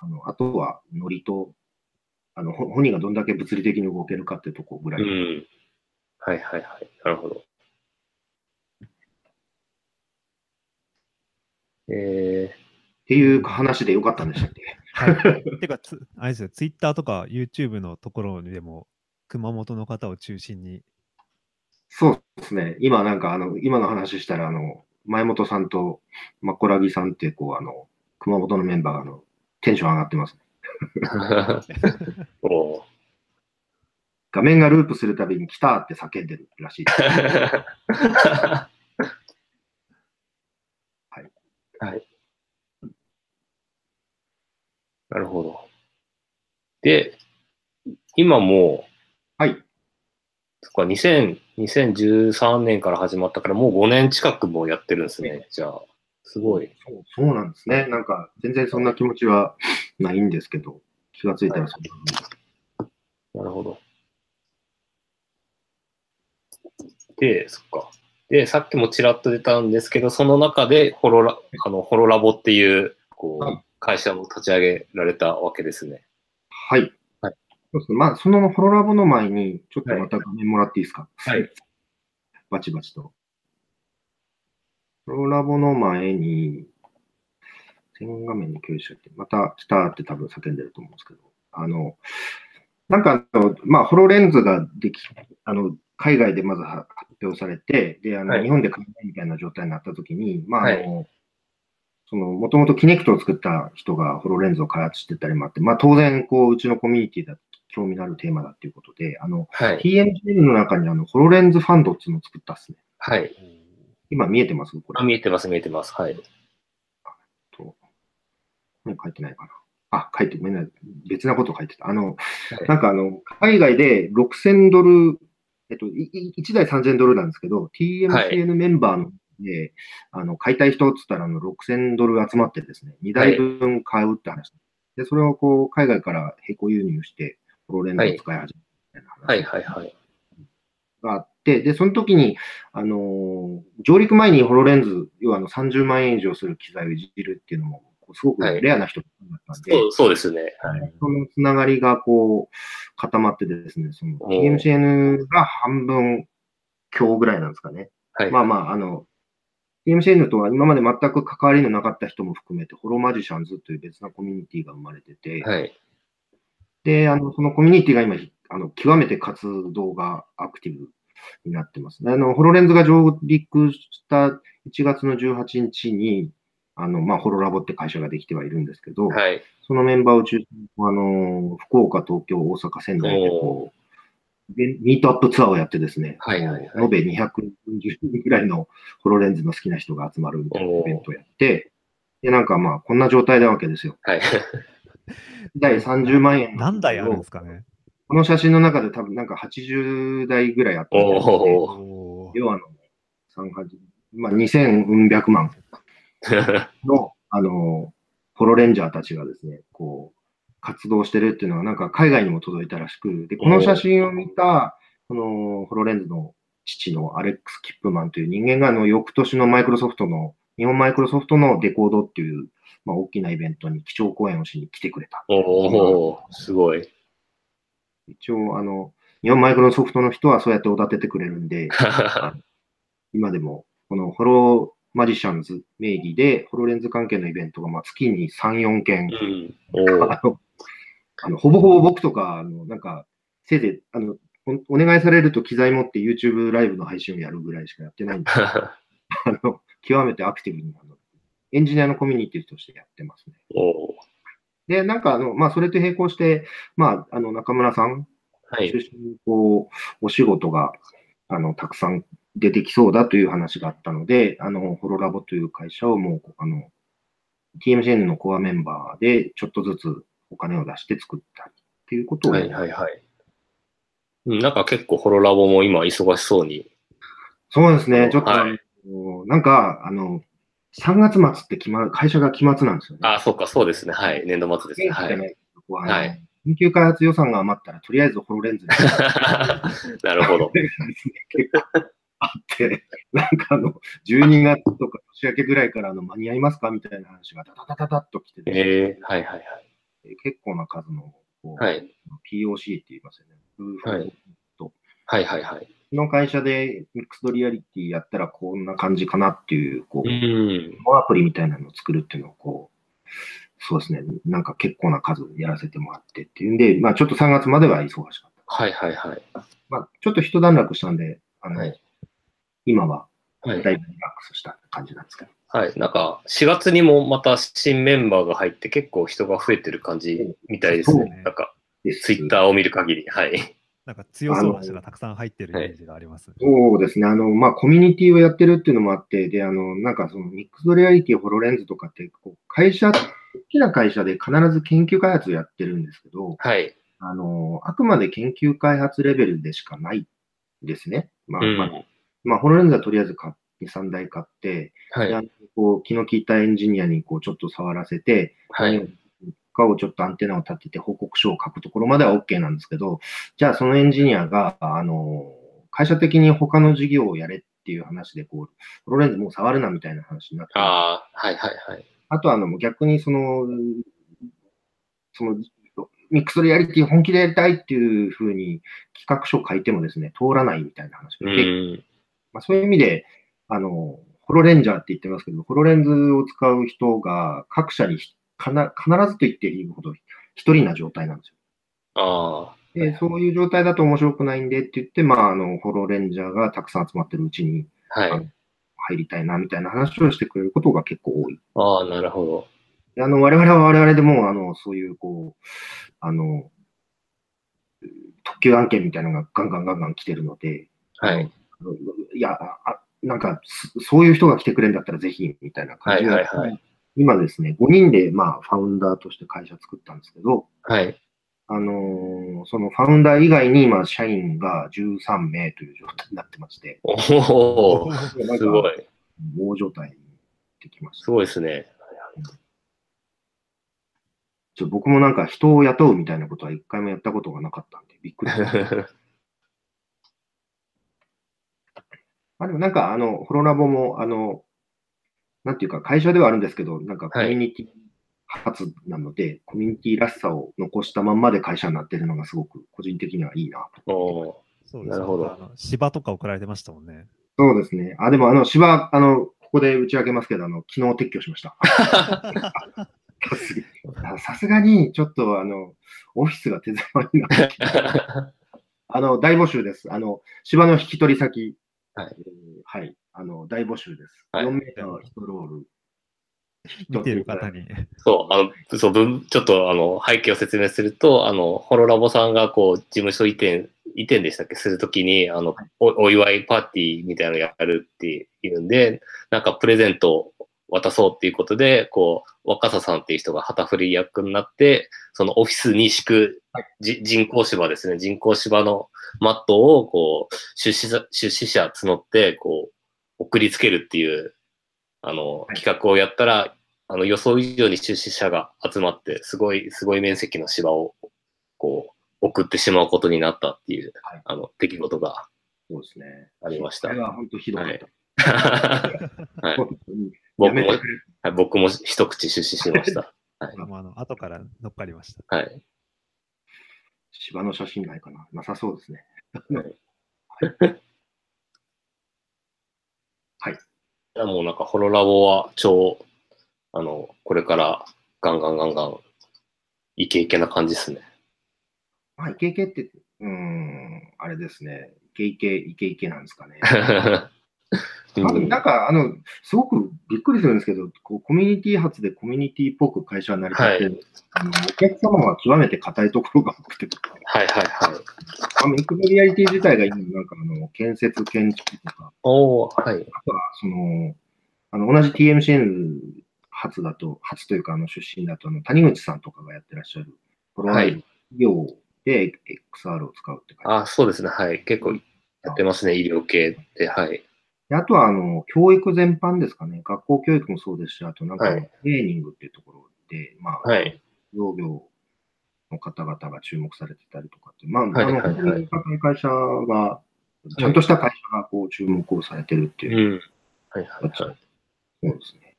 C: あの、あとは、ノリと、あの、ほ本人がどんだけ物理的に動けるかってとこぐら
B: う
C: い。
B: ん。はいはいはい。なるほど。え
C: っていう話でよかったんでしたっけ
D: はい、て かつ、あれですよ、ツイッターとか YouTube のところにでも、熊本の方を中心に、
C: そうですね。今なんか、あの、今の話したら、あの、前本さんと、マコラギさんって、こう、あの、熊本のメンバーが、あの、テンション上がってます。
B: ー、おー
C: 画面がループするたびに、来たって叫んでるらしいです。
B: はい。はい。なるほど。で、今もう、
C: はい。
B: そっか、2000 2013年から始まったから、もう5年近くもうやってるんですね。じゃあ、すごい。
C: そうそうなんですね。なんか、全然そんな気持ちはないんですけど、気がついたらそんな
B: なるほど。で、そっか。で、さっきもちらっと出たんですけど、その中でホロラ、あの、ホロラボっていう、こ
C: は
B: う、会社も立ち上げられたわけですね。
C: はい。
B: はい
C: そうですね。まあ、そのホロラボの前に、ちょっとまた画面もらっていいですか。
B: はい。
C: バチバチと。ホロラボの前に、全画面に共有しちゃって、また来たって多分叫んでると思うんですけど、あの、なんかあの、まあ、ホロレンズができ、あの、海外でまずは発表されて、で、あの、
B: はい
C: 日本で買えないみたいな状態になったときに、まあ、あの、その、もともとキネクトを作った人がホロレンズを開発してたりもあって、まあ当然、こう、うちのコミュニティだと興味のあるテーマだっていうことで、あの、
B: はい。
C: TMGL の中にあの、ホロレンズファンドっていうのを作ったっすね。
B: はい。
C: 今見えてますこ
B: あ、
C: れ。
B: 見えてます、見えてます。はい。
C: ね書いてないかな。あ、書いて、ごめんなさい。別なこと書いてた。あの、
B: はい
C: なんかあの、海外で6000ドル、えっと、いい1台3000ドルなんですけど、TMCN メンバーの、で、あの、買いたい人っつったら、あの、6000ドル集まってですね、2台分買うって話。で、それをこう、海外から並行輸入して、ホロレンズを使い始めたみたいな話
B: はい、はい、はい。
C: があって、で、その時に、あのー上陸前にホロレンズ、要はあの30万円以上する機材をいじるっていうのも、こうすごく
B: はい
C: レアな人だったんで、
B: そうそうですね。はい。
C: そのつながりがこう固まってですね、その
B: おー
C: TMCN が半分強ぐらいなんですかね。
B: はい。
C: まあまあ、あの、TMCN とは今まで全く関わりのなかった人も含めて、ホロマジシャンズという別なコミュニティが生まれてて、
B: はい。
C: で、あの、そのコミュニティが今、あの、極めて活動がアクティブになってますね。あの、ホロレンズが上陸した1月の18日に、あの、まあ、ホロラボって会社ができてはいるんですけど、
B: はい。
C: そのメンバーを中心に、あの、福岡、東京、大阪、仙台でこう、でミートアップツアーをやってですね、
B: はいはいはい
C: こう延べ240人ぐらいのホロレンズの好きな人が集まるみたいなイベントをやって、で、なんかまあ、こんな状態なわけですよ。
B: はい。
C: 第30万円の
D: 何台あるんですかね
C: この写真の中で多分なんか80台ぐらいあったみたいです ね
B: おー
D: おー
C: 要はあの、三八まあ、2000うん百万の、あの、ホロレンジャーたちがですね、こう、活動してるっていうのはなんか海外にも届いたらしく、で、この写真を見た、このホロレンズの父のアレックス・キップマンという人間があの、翌年のマイクロソフトの、日本マイクロソフトのデコードっていう、まあ、大きなイベントに基調講演をしに来てくれた。
B: おおすご い。
C: 一応、あの、日本マイクロソフトの人はそうやっておだててくれるんで、今でも、このホロマジシャンズ名義で、ホロレンズ関係のイベントがまあ月に3、4件
B: う、ん。おー
C: あのあのほぼほぼ僕とか、あのなんか、せいぜいあのお、お願いされると機材持って YouTube ライブの配信をやるぐらいしかやっ てないんで、あの極めてアクティブにあの、エンジニアのコミュニティとしてやってますね。
B: おー
C: で、なんかあの、まあ、それと並行して、まあ、あの中村さん
B: はい
C: 中。心にこう、お仕事が、あの、たくさん出てきそうだという話があったので、あの、ホロラボという会社をもう、あの、TMCN のコアメンバーで、ちょっとずつお金を出して作ったりっていうことを、
B: はいはいはい。うんなんか結構ホロラボも今忙しそうに。
C: そうですね、ちょっと、
B: はい
C: なんか、あの、3月末って期末、会社が期末なんですよね。
B: あ、そうか、そうですね。はい。年度末ですね。は。
C: はいい。こうあの
B: はい。
C: 研究開発予算が余ったら、とりあえずホロレンズに
B: なるほど。
C: 結構あって、なんかあの、12月とか年明けぐらいからあの間に合いますかみたいな話がダダダダダッと来てて、
B: えー、はいはい
C: 結構な数のこう、
B: はい。はい。
C: POC って言いますよね。
B: はいはいはいはい。
C: の会社でミックスドリアリティやったらこんな感じかなっていう、こ
B: う
C: う、
B: ん。
C: アプリみたいなのを作るっていうのをこう、そうですね、なんか結構な数やらせてもらってっていうんで、まあちょっと3月までは忙しかった。
B: はいはいはい。
C: まあちょっと一段落したんで、あの、
B: はい
C: 今は
B: は
C: だい
B: い
C: ぶ。リラックスした感じなんですけど。
B: はい。なんか、4月にもまた新メンバーが入って結構人が増えてる感じみたいです
C: そう
B: ね
D: ね。
B: なんか、
C: です
B: ツイッターを見る限り。はい。
D: なんか強そうな人がたくさん入ってるイメージがあります。
C: そうですね。あの、まあ、コミュニティをやってるっていうのもあって、で、あの、なんかその、ミックスドリアリティ、ホロレンズとかって、こう、会社、大きな会社で必ず研究開発をやってるんですけど、
B: はい。
C: あの、あくまで研究開発レベルでしかないですね。まあ、
B: うん
C: まあ、まあホロレンズはとりあえず買って、3台買って、
B: は
C: であ
B: い。
C: のこう気の利いたエンジニアにこうちょっと触らせて、
B: は
C: 何を
B: い。
C: かをちょっとアンテナを立てて報告書を書くところまでは OK なんですけど、じゃあそのエンジニアが、あの、会社的に他の事業をやれっていう話で、こう、ホロレンズもう触るなみたいな話になって、あ
B: ああ、はいはいはい。
C: とはあの、逆にその、その、ミックスドリアリティ本気でやりたいっていうふうに企画書書いてもですね、通らないみたいな話
B: う
C: が出て
B: ん。
C: まあ、そういう意味で、あの、ホロレンジャーって言ってますけど、ホロレンズを使う人が各社にひかな必ずと言っていいほど一人な状態なんです
B: あ
C: よ。で、そういう状態だと面白くないんでって言って、まあ、あの、ホロレンジャーがたくさん集まってるうちに
B: あ、はい。
C: 入りたいな、みたいな話をしてくれることが結構多い。
B: ああ、なるほど。
C: であの、我々は我々でもう、あの、そういう、こう、あの、特急案件みたいなのがガンガンガンガン来てるので、
B: はい。
C: あのいや、ああなんか、そそういう人が来てくれるんだったらぜひ、みたいな感
B: は
C: じ
B: い
C: で、
B: はいはい。
C: 今ですね、5人で、まあ、ファウンダーとして会社作ったんですけど、
B: はい。
C: あのーそのファウンダー以外に今、社員が13名という状態になってまして、
B: お お、すご
C: い。
B: い。
C: 大状態になってきまし
B: す
C: た。
B: ごいですね。
C: ちょ僕もなんか人を雇うみたいなことは一回もやったことがなかったんで、びっくりしました。まあでもなんか、あの、ホロラボも、あの、なんていうか、会社ではあるんですけど、なんかコミュニティ発なので、コミュニティらしさを残したまんまで会社になってるのがすごく個人的にはいいなと。
B: お お
D: そう
B: なるほど
D: あの芝とか送られてましたもんね。
C: そうですね。あ、でもあの、芝、あの、ここで打ち明けますけど、あの、昨日撤去しま した。さすがさすがに、ちょっとあの、オフィスが手狭になってきて、
B: ー。
C: あの、大募集です。あの、芝の引き取り先、
B: はい
C: えーはい、あの、大募集です。
B: はい
C: 4名の1ロール。
D: 見てる方に。
B: そう、あの、そう、分ちょっと、あの、背景を説明すると、あの、ホロラボさんが、こう、事務所移転、移転でしたっけするときに、あの、お、お祝いパーティーみたいなのやるっていうんで、なんかプレゼントを渡そうっていうことで、こう、若狭さんっていう人が旗振り役になって、そのオフィスに敷く、じ人工芝ですね、人工芝のマットを、こう、出資者、出資者募って、こう、送りつけるっていう、あの、
C: い
B: 企画をやったら、あの予想以上に出資者が集まって、すごい、すごい面積の芝を、こう、送ってしまうことになったっていう、
C: はい
B: あの、出来事が
C: そうですね。
B: ありました
C: これ。は本当ひどかった。
B: はい
C: 本当に。や
B: 僕
C: め
B: も
C: て、くれる。
B: はい僕も一口出資しま した。
D: で もあの後から乗っかりました。
B: はい。
C: 芝の写真ないかな。なさそうですね。
B: いやもうなんか、ホロラボは超、あの、これからガンガンガンガン、イケイケな感じですね。
C: まあ、イケイケって、うーん、あれですね。イケイケ、イケイケなんですか ね。
B: う
C: あと
B: ん
C: なんか、あの、すごくびっくりするんですけど、こうコミュニティ発でコミュニティっぽく会社になりたってる、あのお客様は極めて硬いところが多くて、
B: はいはいはい。
C: あのミクロリアリティ自体が今、なんかあの、建設、建築とか、
B: おおはい。
C: あとは、その、あの、同じ TMCN 発だと、初というか、あの、出身だと、あの、谷口さんとかがやってらっしゃる、フォロワ
B: はい
C: ー業で XR を使うって感じ。
B: あ、そうですね。はい。結構やってますね。医療系って。はい。
C: であとは、あの、教育全般ですかね。学校教育もそうですし、あとなんか、
B: は
C: ト
B: い
C: レーニングっていうところで、まあ、
B: はい。
C: 農業の方々が注目されてたりとかって、まあ、
B: はい
C: あの、
B: はい
C: 本当に高い会社が、ちゃんとした会社がこう注目をされてるって
B: う
C: いう、
B: ん。はいはいはい。
C: そうですね。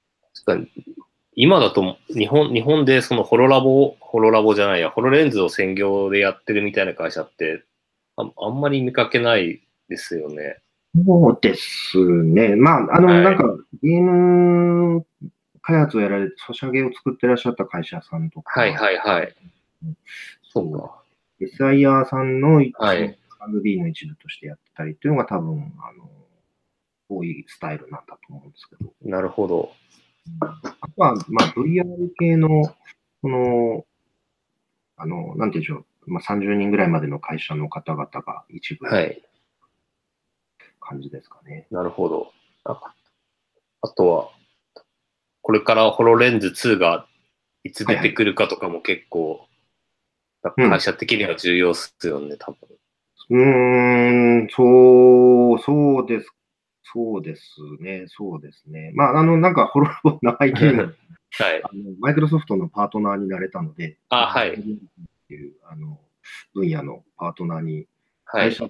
B: 確かに今だと日本、日本でそのホロラボを、ホロラボじゃないや、ホロレンズを専業でやってるみたいな会社って、ああんまり見かけないですよね。
C: そうですね。まあ、あの、
B: はい
C: なんか、ゲーム開発をやられて、ソシャゲを作ってらっしゃった会社さんとか、
B: はいはいはい。そ
C: そ
B: う
C: う
B: か。
C: SIR さんの一部、
B: はい
C: ラグビーの一部としてやってたりっていうのが多分、あの、多いスタイルなんだと思うんですけど。
B: なるほど。
C: あとは、まあ、VR 系の、その、あの、なんて言うんでしょう、まあ、30人ぐらいまでの会社の方々が一部
B: は
C: 感
B: い。
C: じですかね。
B: なるほど。ああとは、これからホロレンズ2がいつ出てくるかとかも結構、
C: いうん
B: 会社的には重要っすよね、多分。
C: うーん、そう、そうです。そうですね、そうですね。まあ、あの、なんか、ホロロボ長いゲーム、
B: はい。
C: あのマイクロソフトのパートナーになれたので、
B: あはい
C: っていう、あの、分野のパートナーに、
B: は
C: 会
B: い。
C: 社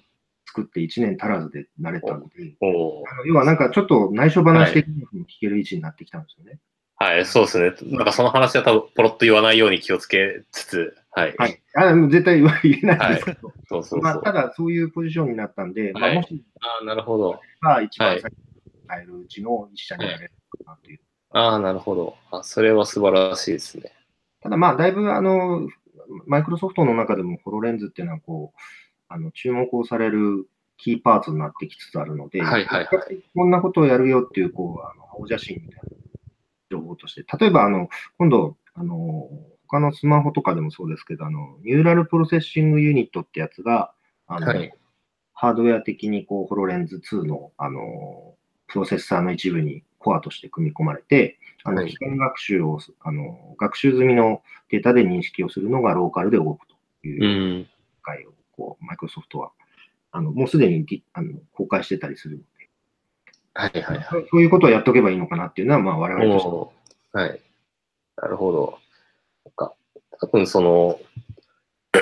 C: 作って1年足らずでなれたので、
B: おおー。
C: あの要はなんかちょっと内緒話的にも聞ける位置になってきたんですよね。
B: はい、そうですね。なんかその話は多分ポロッと言わないように気をつけつつ、はい。
C: はい。あの絶対は言えないん ですけど、
B: そうそうそう。
C: まあ、ただそういうポジションになったん
B: は
C: で、
B: い
C: まあ、もし
B: ああ、なるほど。
C: が一番先に入るうちの一社になれるかなという。
B: ああ、なるほど。あ、それは素晴らしいですね。
C: ただまあ、だいぶあの、マイクロソフトの中でもホロレンズっていうのはこう、あの注目をされるキーパーツになってきつつあるので、
B: はいはいはい
C: こんなことをやるよっていう、こう、あの青写真みたいな情報として、例えば、あの、今度、あの、他のスマホとかでもそうですけど、あの、ニューラルプロセッシングユニットってやつが、あの、
B: はい
C: ハードウェア的に、こう、ホロレンズ2の、あの、プロセッサーの一部にコアとして組み込まれて、あ
B: は
C: の、
B: い
C: 機械学習をす、あの、学習済みのデータで認識をするのがローカルで動くというう、
B: ん。
C: 機械を、こう、マイクロソフトは、あの、もうすでにぎあの公開してたりするので、
B: はいはい
C: そうそういうことはやっとけばいいのかなっていうのは、まあ、我
B: はい。
C: 々として
B: おーはい。なるほど。そっか。多分その、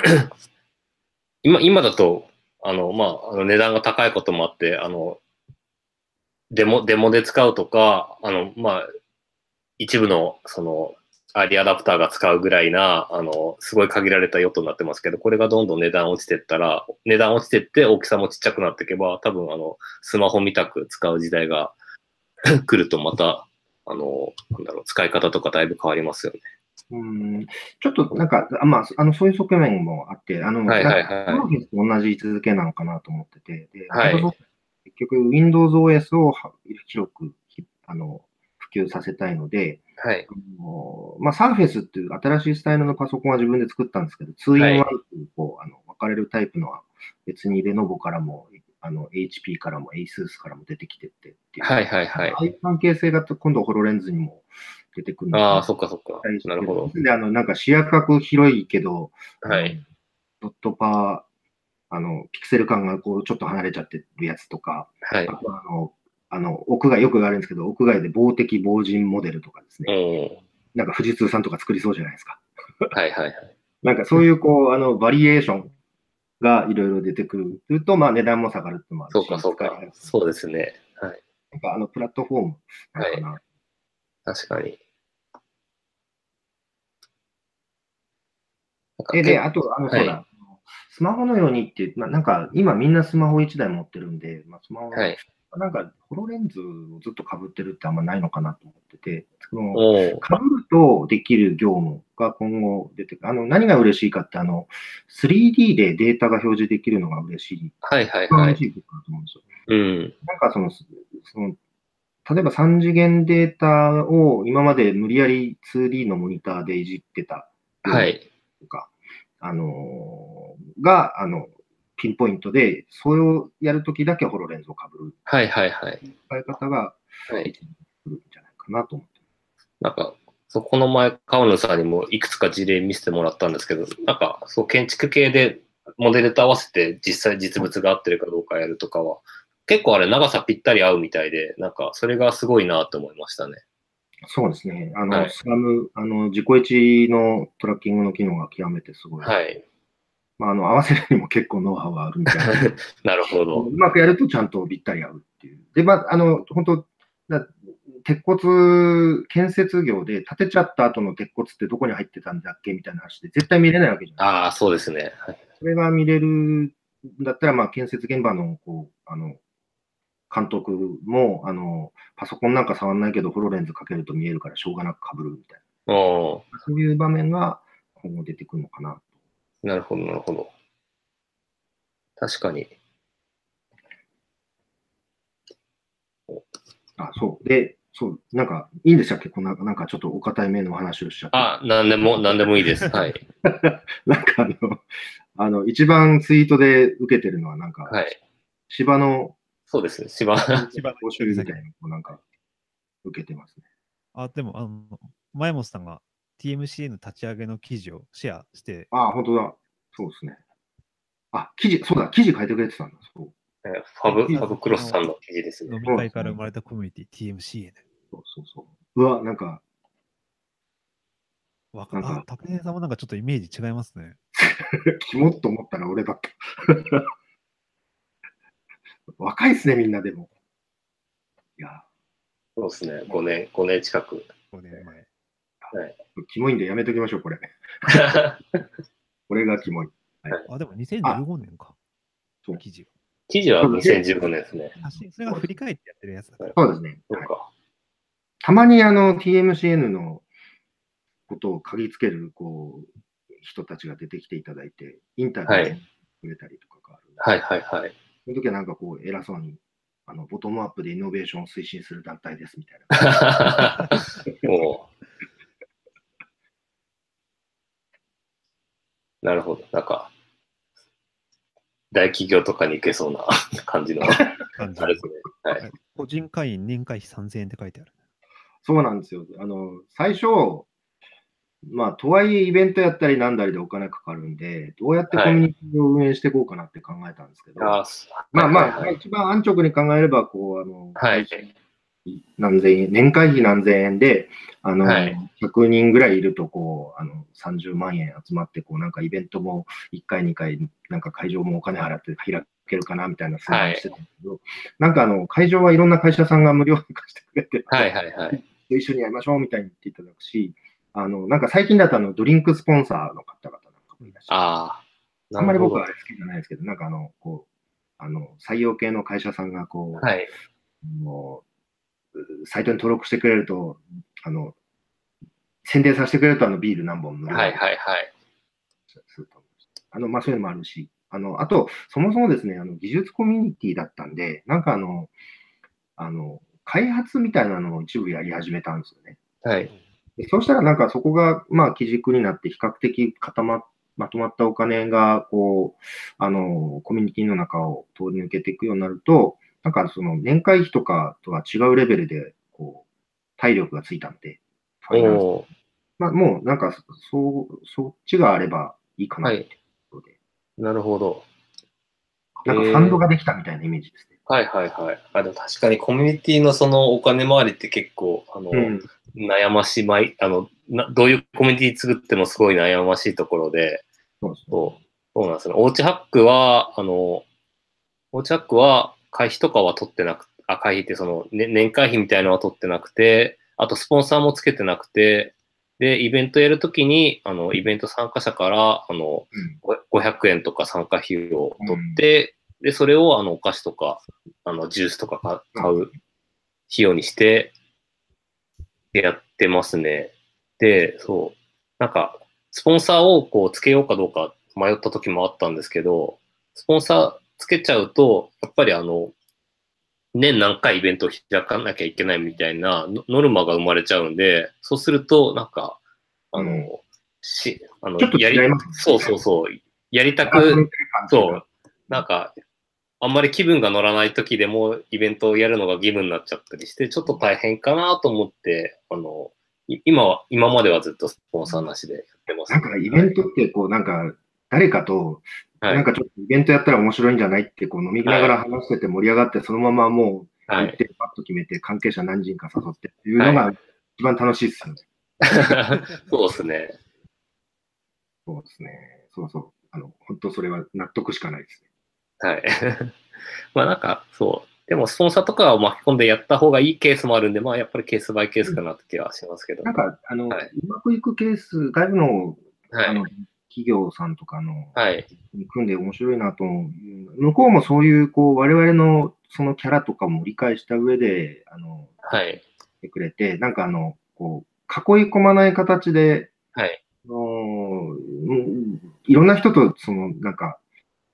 B: 今、今だと、あの、まあ、あの値段が高いこともあって、あの、デモ、デモで使うとか、あの、まあ、一部の、その、アーリーアダプターが使うぐらいな、あの、すごい限られた用途になってますけど、これがどんどん値段落ちてったら、値段落ちてって大きさもちっちゃくなっていけば、多分あの、スマホみたく使う時代が 来るとまた、あの、なんだろう、使い方とかだいぶ変わりますよね。
C: うんちょっとなんか、あまあ、あのそういう側面もあって、あの、
B: はいはいはい
C: なんかオフィスと同じ位置づけなのかなと思ってて、で、
B: はい
C: Microsoft 結局 Windows OS をは広くあの普及させたいので、
B: はい。
C: あのまあ、Surface っていう新しいスタイルのパソコンは自分で作ったんですけど、2 in 1っていうこう、あの分かれるタイプのは別にレノボからも、あの HP からも ASUS からも出てきてってっていう。
B: はいはいはい
C: ああいう関係性が今度ホロレンズにも出てくるのかな
B: ああ、そっかそっか。なるほど。
C: で、あの、なんか視野角広いけど、
B: はい。
C: ドットパー、あの、ピクセル感がこう、ちょっと離れちゃってるやつとか、
B: はい
C: あ。とはあの、あの、屋外、よくあるんですけど、屋外で防滴防塵モデルとかです
B: お
C: ね。
B: お
C: なんか富士通さんとか作りそうじゃないですか。
B: はい はいはい。
C: なんかそういう、こう、あの、バリエーションがいろいろ出てくると、まあ値段も下がるってのもあるし
B: そうかそうか
C: 使いや。すい
B: そうですね。はい。
C: なんかあの、プラットフォームなのかな。
B: 確かに。
C: え、で、あと、あの、
B: はい
C: そうだ、スマホのようにって、まあ、なんか、今みんなスマホ1台持ってるんで、まあ、スマホ、
B: はい。
C: なんか、ホロレンズをずっと被ってるってあんまないのかなと思ってて、その、
B: おお
C: 被るとできる業務が今後出てくる。あの、何が嬉しいかって、あの、3D でデータが表示できるのが嬉しい。
B: はいはい
C: 一番
B: は
C: 嬉
B: い。
C: しいことだと思うんですよ。
B: うん。
C: なんかその、その、例えば3次元データを今まで無理やり 2D のモニターでいじってた。
B: はい。
C: とか、あのーが、あの、ピンポイントで、それをやるときだけホロレンズをかぶる
B: はいはいはい。
C: 使い方が
B: はい。
C: 来るんじゃないかなと思って。
B: なんか、そこの前、川野さんにもいくつか事例見せてもらったんですけど、なんか、そう、建築系でモデルと合わせて実際実物が合ってるかどうかやるとかは、結構あれ長さぴったり合うみたいで、なんか、それがすごいなと思いましたね。
C: そうですね。あの、
B: はい
C: スラム、あの、自己一のトラッキングの機能が極めてすごい。
B: はい。
C: まあ、あの、合わせるにも結構ノウハウはあるみたいな。
B: なるほど
C: う。まくやるとちゃんとぴったり合うっていう。で、まあ、あの、本当だ鉄骨建設業で建てちゃった後の鉄骨ってどこに入ってたんだっけみたいな話で絶対見れないわけじゃない
B: ああ、そうですね。はい
C: それが見れるんだったら、まあ、建設現場の、こう、あの、監督も、あの、パソコンなんか触んないけど、ホロレンズかけると見えるから、しょうがなく被るみたい
B: お
C: な。そういう場面が今後出てくるのかな。
B: ーなるほど、なるほど。確かに。
C: あ、そう。で、そう、なんか、いいんでしたっけこんな、なんかちょっとお堅い目の話をしちゃって。
B: あ、なんでも、なんでもいいです。 はい。
C: なんかあの、あの、一番ツイートで受けてるのは、なんか、
B: はい。
C: 芝の
B: そうですね。芝。
D: 芝の
C: 募集みたいなのをなんか、受けてますね。
D: あ、でも、あの、前本さんが TMC の立ち上げの記事をシェアして、
C: あ、本当だ。そうですね。あ、記事、そうだ、記事書いてくれてたんだ。そう
B: えファブ、ファブクロスさんの記事ですね
D: 飲。み会から生まれたコミュニティ TMCN。
C: そうそうそう。うわ、なんか、
D: わか
C: なんか
D: あ、拓平さんもなんかちょっとイメージ違いますね。
C: キモっと思ったら俺だった。 若いっすね、みんなでも。いや、
B: そうですね。5年、5年近 く。
D: 5年前。
C: キモいんでやめときましょう、これ。これがキモい。
D: あ、でも2015年か。
C: そう
D: 記事
B: 記事は2015年ですね。
D: が。あしそれが振り返ってやってるやつだから。
C: そうですね。
B: そう
C: はい
B: か。
C: たまにあの、TMCN のことを嗅ぎつける、こう、人たちが出てきていただいて、インタビュー
B: は
C: を
B: い
C: くれたりとかがあるんで、
B: はいはいはい。
C: その時はなんかこう、偉そうに、あの、ボトムアップでイノベーションを推進する団体ですみたいな。
B: おうなるほど。なんか、大企業とかに行けそうな 感じの、あ
D: 感じ
B: れですね。はい。
D: 個人会員年会費3000円って書いてある。
C: そうなんですよ。あの、最初、まあ、とはいえイベントやったりなんだりでお金かかるんで、どうやってコミュニティを運営していこうかなって考えたんですけど、
B: あーす
C: まあ
B: はい
C: ま
B: は
C: あ、
B: い
C: 一番安直に考えれば、こう、あの、
B: はい。
C: 何千円、年会費何千円で、あの、
B: はい
C: 100人ぐらいいると、こう、あの、30万円集まって、こう、なんかイベントも1回、2回、なんか会場もお金払って開けるかな、みたいな相談してたんですけど、なんかあの、会場はいろんな会社さんが無料で貸してくれて、
B: はいはいはい。
C: 一緒にやりましょう、みたいに言っていただくし、あの、なんか最近だとあの、ドリンクスポンサーの方々なんかもいらっしゃる
B: ああ。
C: あんまり僕は
B: な
C: あ
B: る
C: れ好きじゃないですけど、なんかあの、こう、あの、採用系の会社さんがこう、
B: ほどはい。
C: もう、サイトに登録してくれると、あの、宣伝させてくれると、あの、ビール何本無料
B: はいはいはい。
C: すると思うしあの、まあ、そういうのもあるし、あの、あと、そもそもですね、あの、技術コミュニティだったんで、なんかあの、あの、開発みたいなのを一部やり始めたんですよね。
B: はい。
C: でそうしたらなんかそこが、まあ、基軸になって、比較的固まっまとまったお金が、こう、あの、コミュニティの中を通り抜けていくようになると、なんかその年会費とかとは違うレベルで、こう、体力がついたんで、ファイナンス
B: お
C: まあ、もうなんかそ、そう、そっちがあればいいか
B: ー
C: な
B: は
C: って
B: い。
C: ことで、
B: なるほど。
C: なんかファンドができたみたいなイメージですね。
B: はいはいはい。あ、でも確かにコミュニティのそのお金回りって結構、あの、
C: うん。
B: 悩ましい、まい、あの、などういうコミュニティ作ってもすごい悩ましいところで、
C: そうですね。
B: そう、そうなんですよね。おうちハックは、あの、おうちハックは、会費とかは取ってなく、あ、会費ってその、ね、年会費みたいなのは取ってなくて、あとスポンサーもつけてなくて、で、イベントやるときに、あの、イベント参加者から、あの、
C: うん
B: ご500円とか参加費を取って、で、それを、あの、お菓子とか、あの、ジュースとかか買う費用にして、でやってますね。で、そう、なんか、スポンサーをこうつけようかどうか迷った時もあったんですけど、スポンサーつけちゃうと、やっぱりあの、年何回イベントを開かなきゃいけないみたいなノノルマが生まれちゃうんで、そうすると、なんか、あの、
C: うん
B: し、あの、
C: ちょっと違いますね
B: そうそうそう、やりた
C: あそういう
B: く、
C: 感じが
B: そう、なんか、あんまり気分が乗らない時でもイベントをやるのが義務になっちゃったりして、ちょっと大変かなと思って、あの、い今は、今まではずっとスポンサーなしでやってます、
C: なんかイベントって、こう、なんか、誰かと
B: はい
C: なんかちょっとイベントやったら面白いんじゃないって、こう飲みながら話してて盛り上がって、そのままもう
B: は
C: 行っ
B: い。
C: て、パッと決めて、関係者何人か誘ってっていうのが一番楽しいっすよね。
B: そうですね。
C: そうですね。そうそう。あの、本当それは納得しかないですね。
B: はい。 まあなんか、そう。でも、スポンサーとかを巻き込んでやった方がいいケースもあるんで、まあやっぱりケースバイケースかなって気はしますけど。
C: なんか、あの、
B: はいう
C: まくいくケース、外部の
B: は
C: あの
B: い。
C: 企業さんとかの、
B: はい。
C: 組んで面白いなと思う。向こうもそういう、こう、我々のそのキャラとかも理解した上で、あの、
B: はい。
C: やってくれて、なんかあの、こう、囲い込まない形で、
B: はい。
C: あのうんいろんな人と、その、なんか、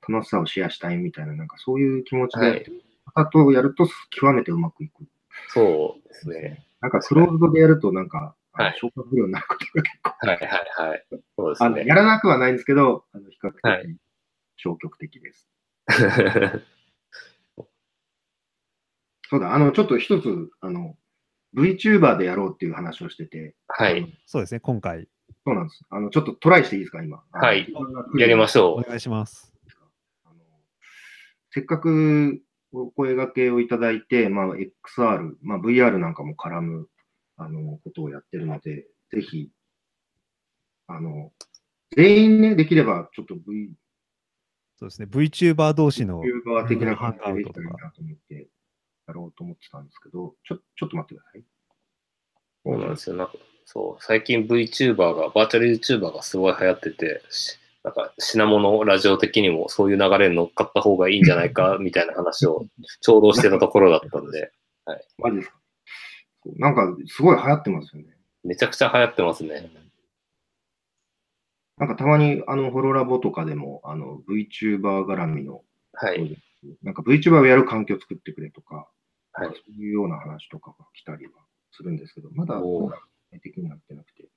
C: 楽しさをシェアしたいみたいな、なんかそういう気持ちで、
B: はい。
C: あとやると極めてうまくいく。
B: そうですね。
C: なんかクローズドでやると、なんか、あの
B: はい
C: 消化不良になることが結構、
B: はいはいはい。そうで
C: あ
B: す
C: の
B: ね。
C: やらなくはないんですけど、あの比較
B: は
C: 的消極的です。そうだ、あの、ちょっと一つ、あの、VTuber でやろうっていう話をしてて、
B: はい。
D: そうですね、今回。
C: そうなんです。あの、ちょっとトライしていいですか、今。
B: はい
C: あの
B: やりまし
D: お
B: ょう。
D: 願いします。
C: あのせっかくお声掛けをいただいて、まあ、XR、まあ、VR なんかも絡むあのことをやってるので、ぜひ、あの、全員ね、できればちょっと V
D: そうですね、VTuber 同士の
C: VTuber 的な感じでできたらいいなと思って、やろうと思ってたんですけど、ちょちょっと待ってください。
B: そうなんですよ。なんか、そう。最近 VTuber が、バーチャル YouTuber がすごい流行ってて、しなんか、品物ラジオ的にもそういう流れに乗っかった方がいいんじゃないか、みたいな話を、ちょうどしてたところだったんで。
C: マジですかそうなんか、すごい流行ってますよね。
B: めちゃくちゃ流行ってますね。
C: なんかたまに、あの、ホロラボとかでも、あの、VTuber 絡みの
B: はい。
C: なんか VTuber をやる環境を作ってくれとか、
B: はい
C: そういうような話とかが来たりはするんですけど、まだ
B: おー
C: 具体的になってなくて。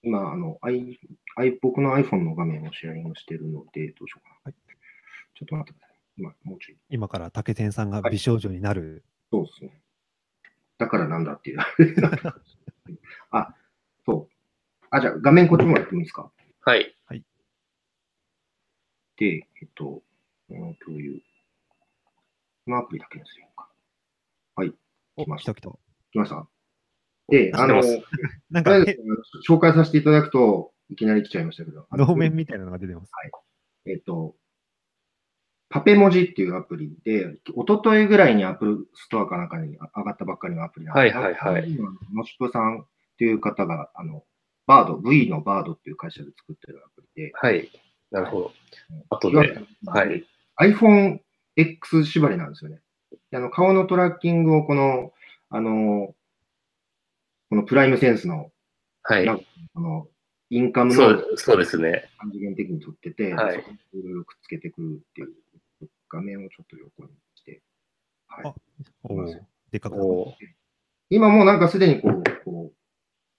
C: 今、あの、I、I、僕の iPhone の画面をシェアリングしてるので、どうしようかな。
D: はい
C: ちょっと待ってください。今、もうちょい。
D: 今から竹天さんが美少女になる。
C: そうですね。だからなんだっていう。あ、そう。あ、じゃあ画面こっちもやってもいいですか
B: はい。
C: で、えっと、うん共有。このアプリだけにするか。はい。
D: お
C: 来ま
D: 来
C: したた
D: 来た。
C: 来ましたで、あの、
B: 知っ
C: とり
D: なん
C: あ
D: か
C: えず
D: へ
C: 紹介させていただくと、いきなり来ちゃいましたけど、あの
D: 能面みたいなのが出てます。
C: えっと、パペ文字っていうアプリで、一昨日ぐらいに Apple ストアかなんかに上がったばっかりのアプリなんですけど
B: はいはいはい
C: 今のしぷさんっていう方が、あの、バード、V のバードっていう会社で作ってるアプリで、
B: はい。なるほど。あと
C: いわゆ
B: で、
C: る
B: はい。
C: iPhone X 縛りなんですよね。であの顔のトラッキングをこの、あの、このプライムセンスの、
B: はい。
C: このインカム
B: そ
C: の
B: うそうですね。
C: 三次元的に撮ってて、
B: はい
C: そこにいろいろくっつけてくるっていう画面をちょっと横にして、はい
D: あおお
C: そうです
D: でっかくなった
B: おー
C: 今もうなんかすでにこう、こ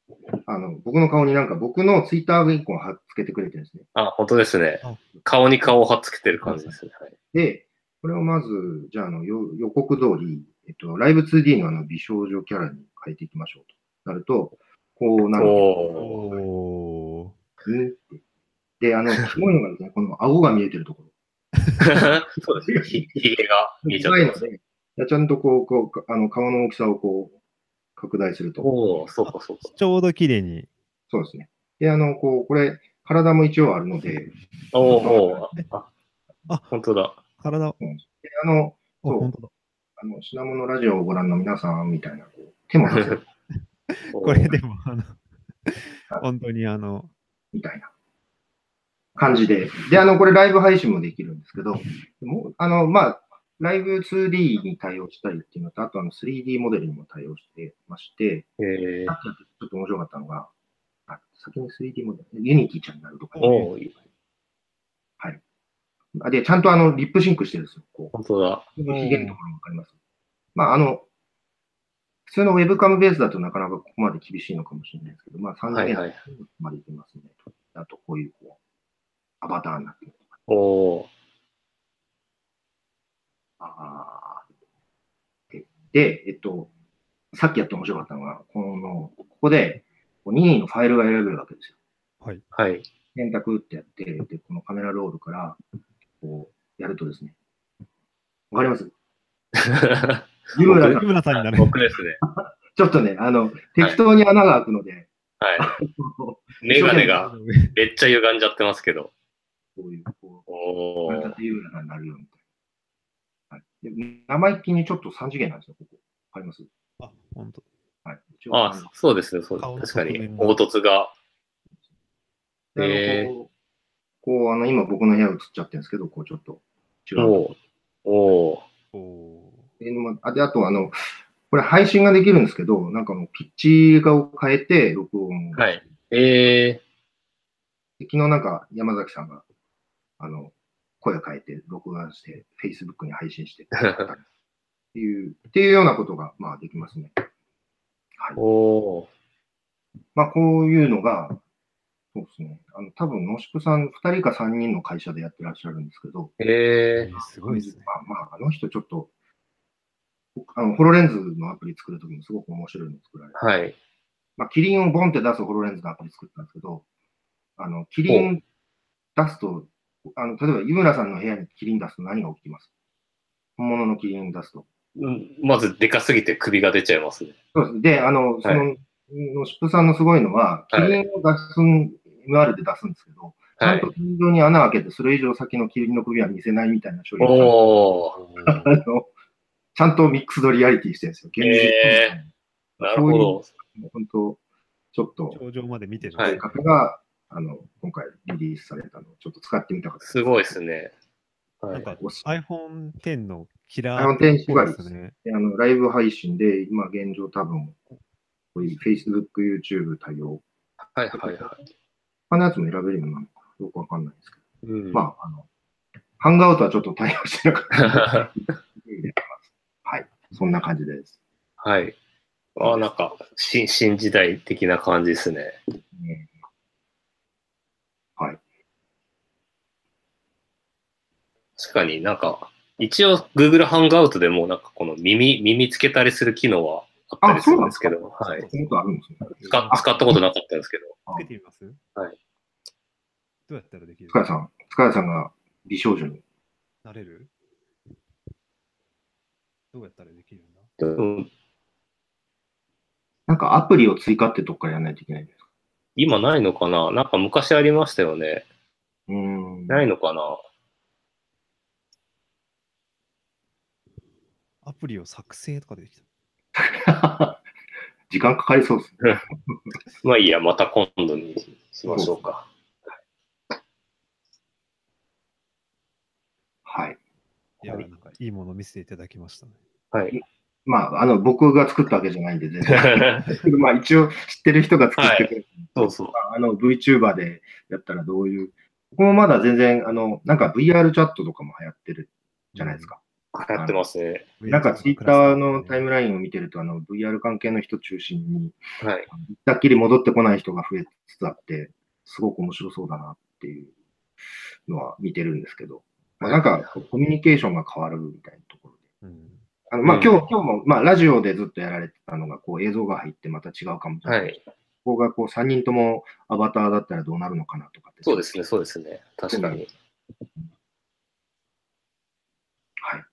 C: うあの僕の顔になんか僕のツイッターが一個貼っつけてくれてるんですね。
B: あ、本当ですね
D: あ。
B: 顔に顔をはっつけてる感じですね。はい
C: で、これをまず、じゃああのよ予告通り、えっと、ライブ 2D のあの美少女キャラに変えていきましょうとなると、こうなるんで
B: おお。
D: おー
C: すねで、あの、すごいのがですね、この顎が見えてるところ。
B: そうですね。ひひげが見えちゃっ
C: 長い
B: て
C: の
B: ます。
C: で、ちゃんとこう、こうあの顔の大きさをこう、拡大すると。
B: おお、そうかそうか。
D: ちょうど綺麗に。
C: そうですね。で、あの、こう、これ、体も一応あるので、で
B: おお、あ、
D: あ
B: あ、本当だ。
D: 体、あ、
C: あの、そう
D: 本当だ。
C: あの、品物ラジオをご覧の皆さんみたいな、こう、手も出せる
B: こ
D: これでも、あの、本当にあの、
C: みたいな感じで。で、あの、これライブ配信もできるんですけど、もうあの、まあ、ライブ 2D に対応したりっていうのと、あとあの 3D モデルにも対応してまして、
B: えー
C: さっきやってちょっと面白かったのが、あ先に 3D モデル、ユニティちゃんになると か、
B: おお、
C: あで、ちゃんとあの、リップシンクしてるんですよ。こ
B: 本当だ。
C: う、ひげのところもわかります。まあ、あの、普通のウェブカムベースだとなかなかここまで厳しいのかもしれないですけど、まあ、3
B: は
C: 次
B: い
C: 元
B: はい。
C: までいけますね。あと、こういう、こう、アバターになってる。
B: おお
C: あーで、えっと、さっきやって面白かったのが、この、ここで、こう任意のファイルが選べるわけですよ。
B: ー、はい。
C: 選択ってやって、で、このカメラロールから、こう、やるとですね、わかります井村さん
D: 木村さんになる。
B: 僕ですね。
C: ちょっとね、あの、適当に穴が開くので、
B: は
C: こ
B: い。メガネがめっちゃ歪んじゃってますけど。
C: うこういう、こ
B: お
C: う、
B: お
C: これ。だと井浦さんになるよみたいな。はい、で生意気にちょっと3次元なんですよ、ここ。わかります
D: あ、本当。
C: はい。一応
B: あ、そうですね、そう
D: 顔の
B: です。確かに
D: 側面。が
B: 凹凸が。
C: あの
B: へー
C: こう、こうあの、今僕の部屋映っちゃってるんですけど、こうちょっと違う。
B: おお。お
D: おお
C: でまあで、あと、あの、これ配信ができるんですけど、なんかもうピッチがを変えて録音を、
B: ーはい。え
C: で昨日なんか山崎さんが、あの、声を変えて録画して、Facebook に配信してっ
B: ー。
C: ていう、っていうようなことが、まあできますね。はい。
B: おお。
C: まあこういうのが、そうですね。あの、多分、野宿さん2人か3人の会社でやってらっしゃるんですけど、
B: えー。
D: ー。すごいですね。
C: まあ、まあ、あの人ちょっと、あの、ホロレンズのアプリ作るときもすごく面白いの作られて、
B: はい。
C: まあ、キリンをボンって出すホロレンズのアプリ作ったんですけど、あの、キリン出すと、あの、例えば、井村さんの部屋にキリン出すと何が起きます本物のキリン出すと。
B: うんまず、でかすぎて首が出ちゃいますね。
C: そうです。で、あの、その、のシップさんのすごいのは、キ
B: はい
C: リンを出すん、MR で出すんですけど、ちゃ
B: は
C: ん
B: い
C: と。天井に穴開けて、それ以上先のキリンの首は見せないみたいな処理をちゃんと
B: おお。
C: あの、ちゃんとミックスドリアリティしてるんですよ。現
B: へ
C: 実
B: なるほど。
C: もう本当、ちょっと、
D: 頂上まで見てる。
B: はい
C: 性格が、あの、今回リリースされたのをちょっと使ってみたかった。
B: すごいですね。は
D: ないん。か
C: おし
D: iPhone X のキラ
C: iPhone
D: ー。
C: X
D: そうですね。
C: であの、ライブ配信で、今現状多分、こういう Facebook、YouTube 対応。
B: はいはいは
C: 他のやつも選べるようになるのかなよくわかんないですけど。
B: い。うん
C: まあ、あの、ハンガーアウトはちょっと対応してなかったので。
B: は
C: はい。そんな感じです。
B: い。ああ、なんか、新、新時代的な感じですね。
C: ね
B: 確かになんか、一応 Google ハンガーウトでもなんかこの耳、耳つけたりする機能はあったりするんですけど、はい。
C: そういうことあるんですね。
B: 使使ったことなかったんですけど、
D: つけてみます
B: はい。
D: どうやったらできる
C: 塚谷さん、塚谷さんが美少女に。
D: なれるどうやったらできるんだ
B: でも
C: なんかアプリを追加ってとこからやらないといけないんですか
B: 今ないのかななんか昔ありましたよね。
C: うーん。
B: ないのかな
D: アプリを作成とかできた。
C: 時間かかりそうですね。
B: まあいいや、また今度にしましょうか。
C: はい。
D: いや、
B: はい
D: なんかいいもの見せていただきましたね。
B: はい。
C: まあ、あの、僕が作ったわけじゃないんで、全然。 まあ、一応知ってる人が作ってくれる、
B: そうそう。
C: あの、VTuber でやったらどういう。僕もまだ全然、あの、なんか VR チャットとかも流行ってるじゃないですか。
B: 流行ってますね。
C: なんかツイッターのタイムラインを見てると、あの、VR 関係の人中心に、
B: はい。
C: だっきり戻ってこない人が増えつつあって、すごく面白そうだなっていうのは見てるんですけど、まあ、なんかコミュニケーションが変わるみたいなところで。
D: うん。
C: あのまあ、
B: うん
C: 今日、今日も、まあ、ラジオでずっとやられてたのが、こう、映像が入ってまた違うかもしれな。
B: はいい。
C: ここが、こう、3人ともアバターだったらどうなるのかなとかって。
B: そうですね、そうですね。確かに。
C: はい。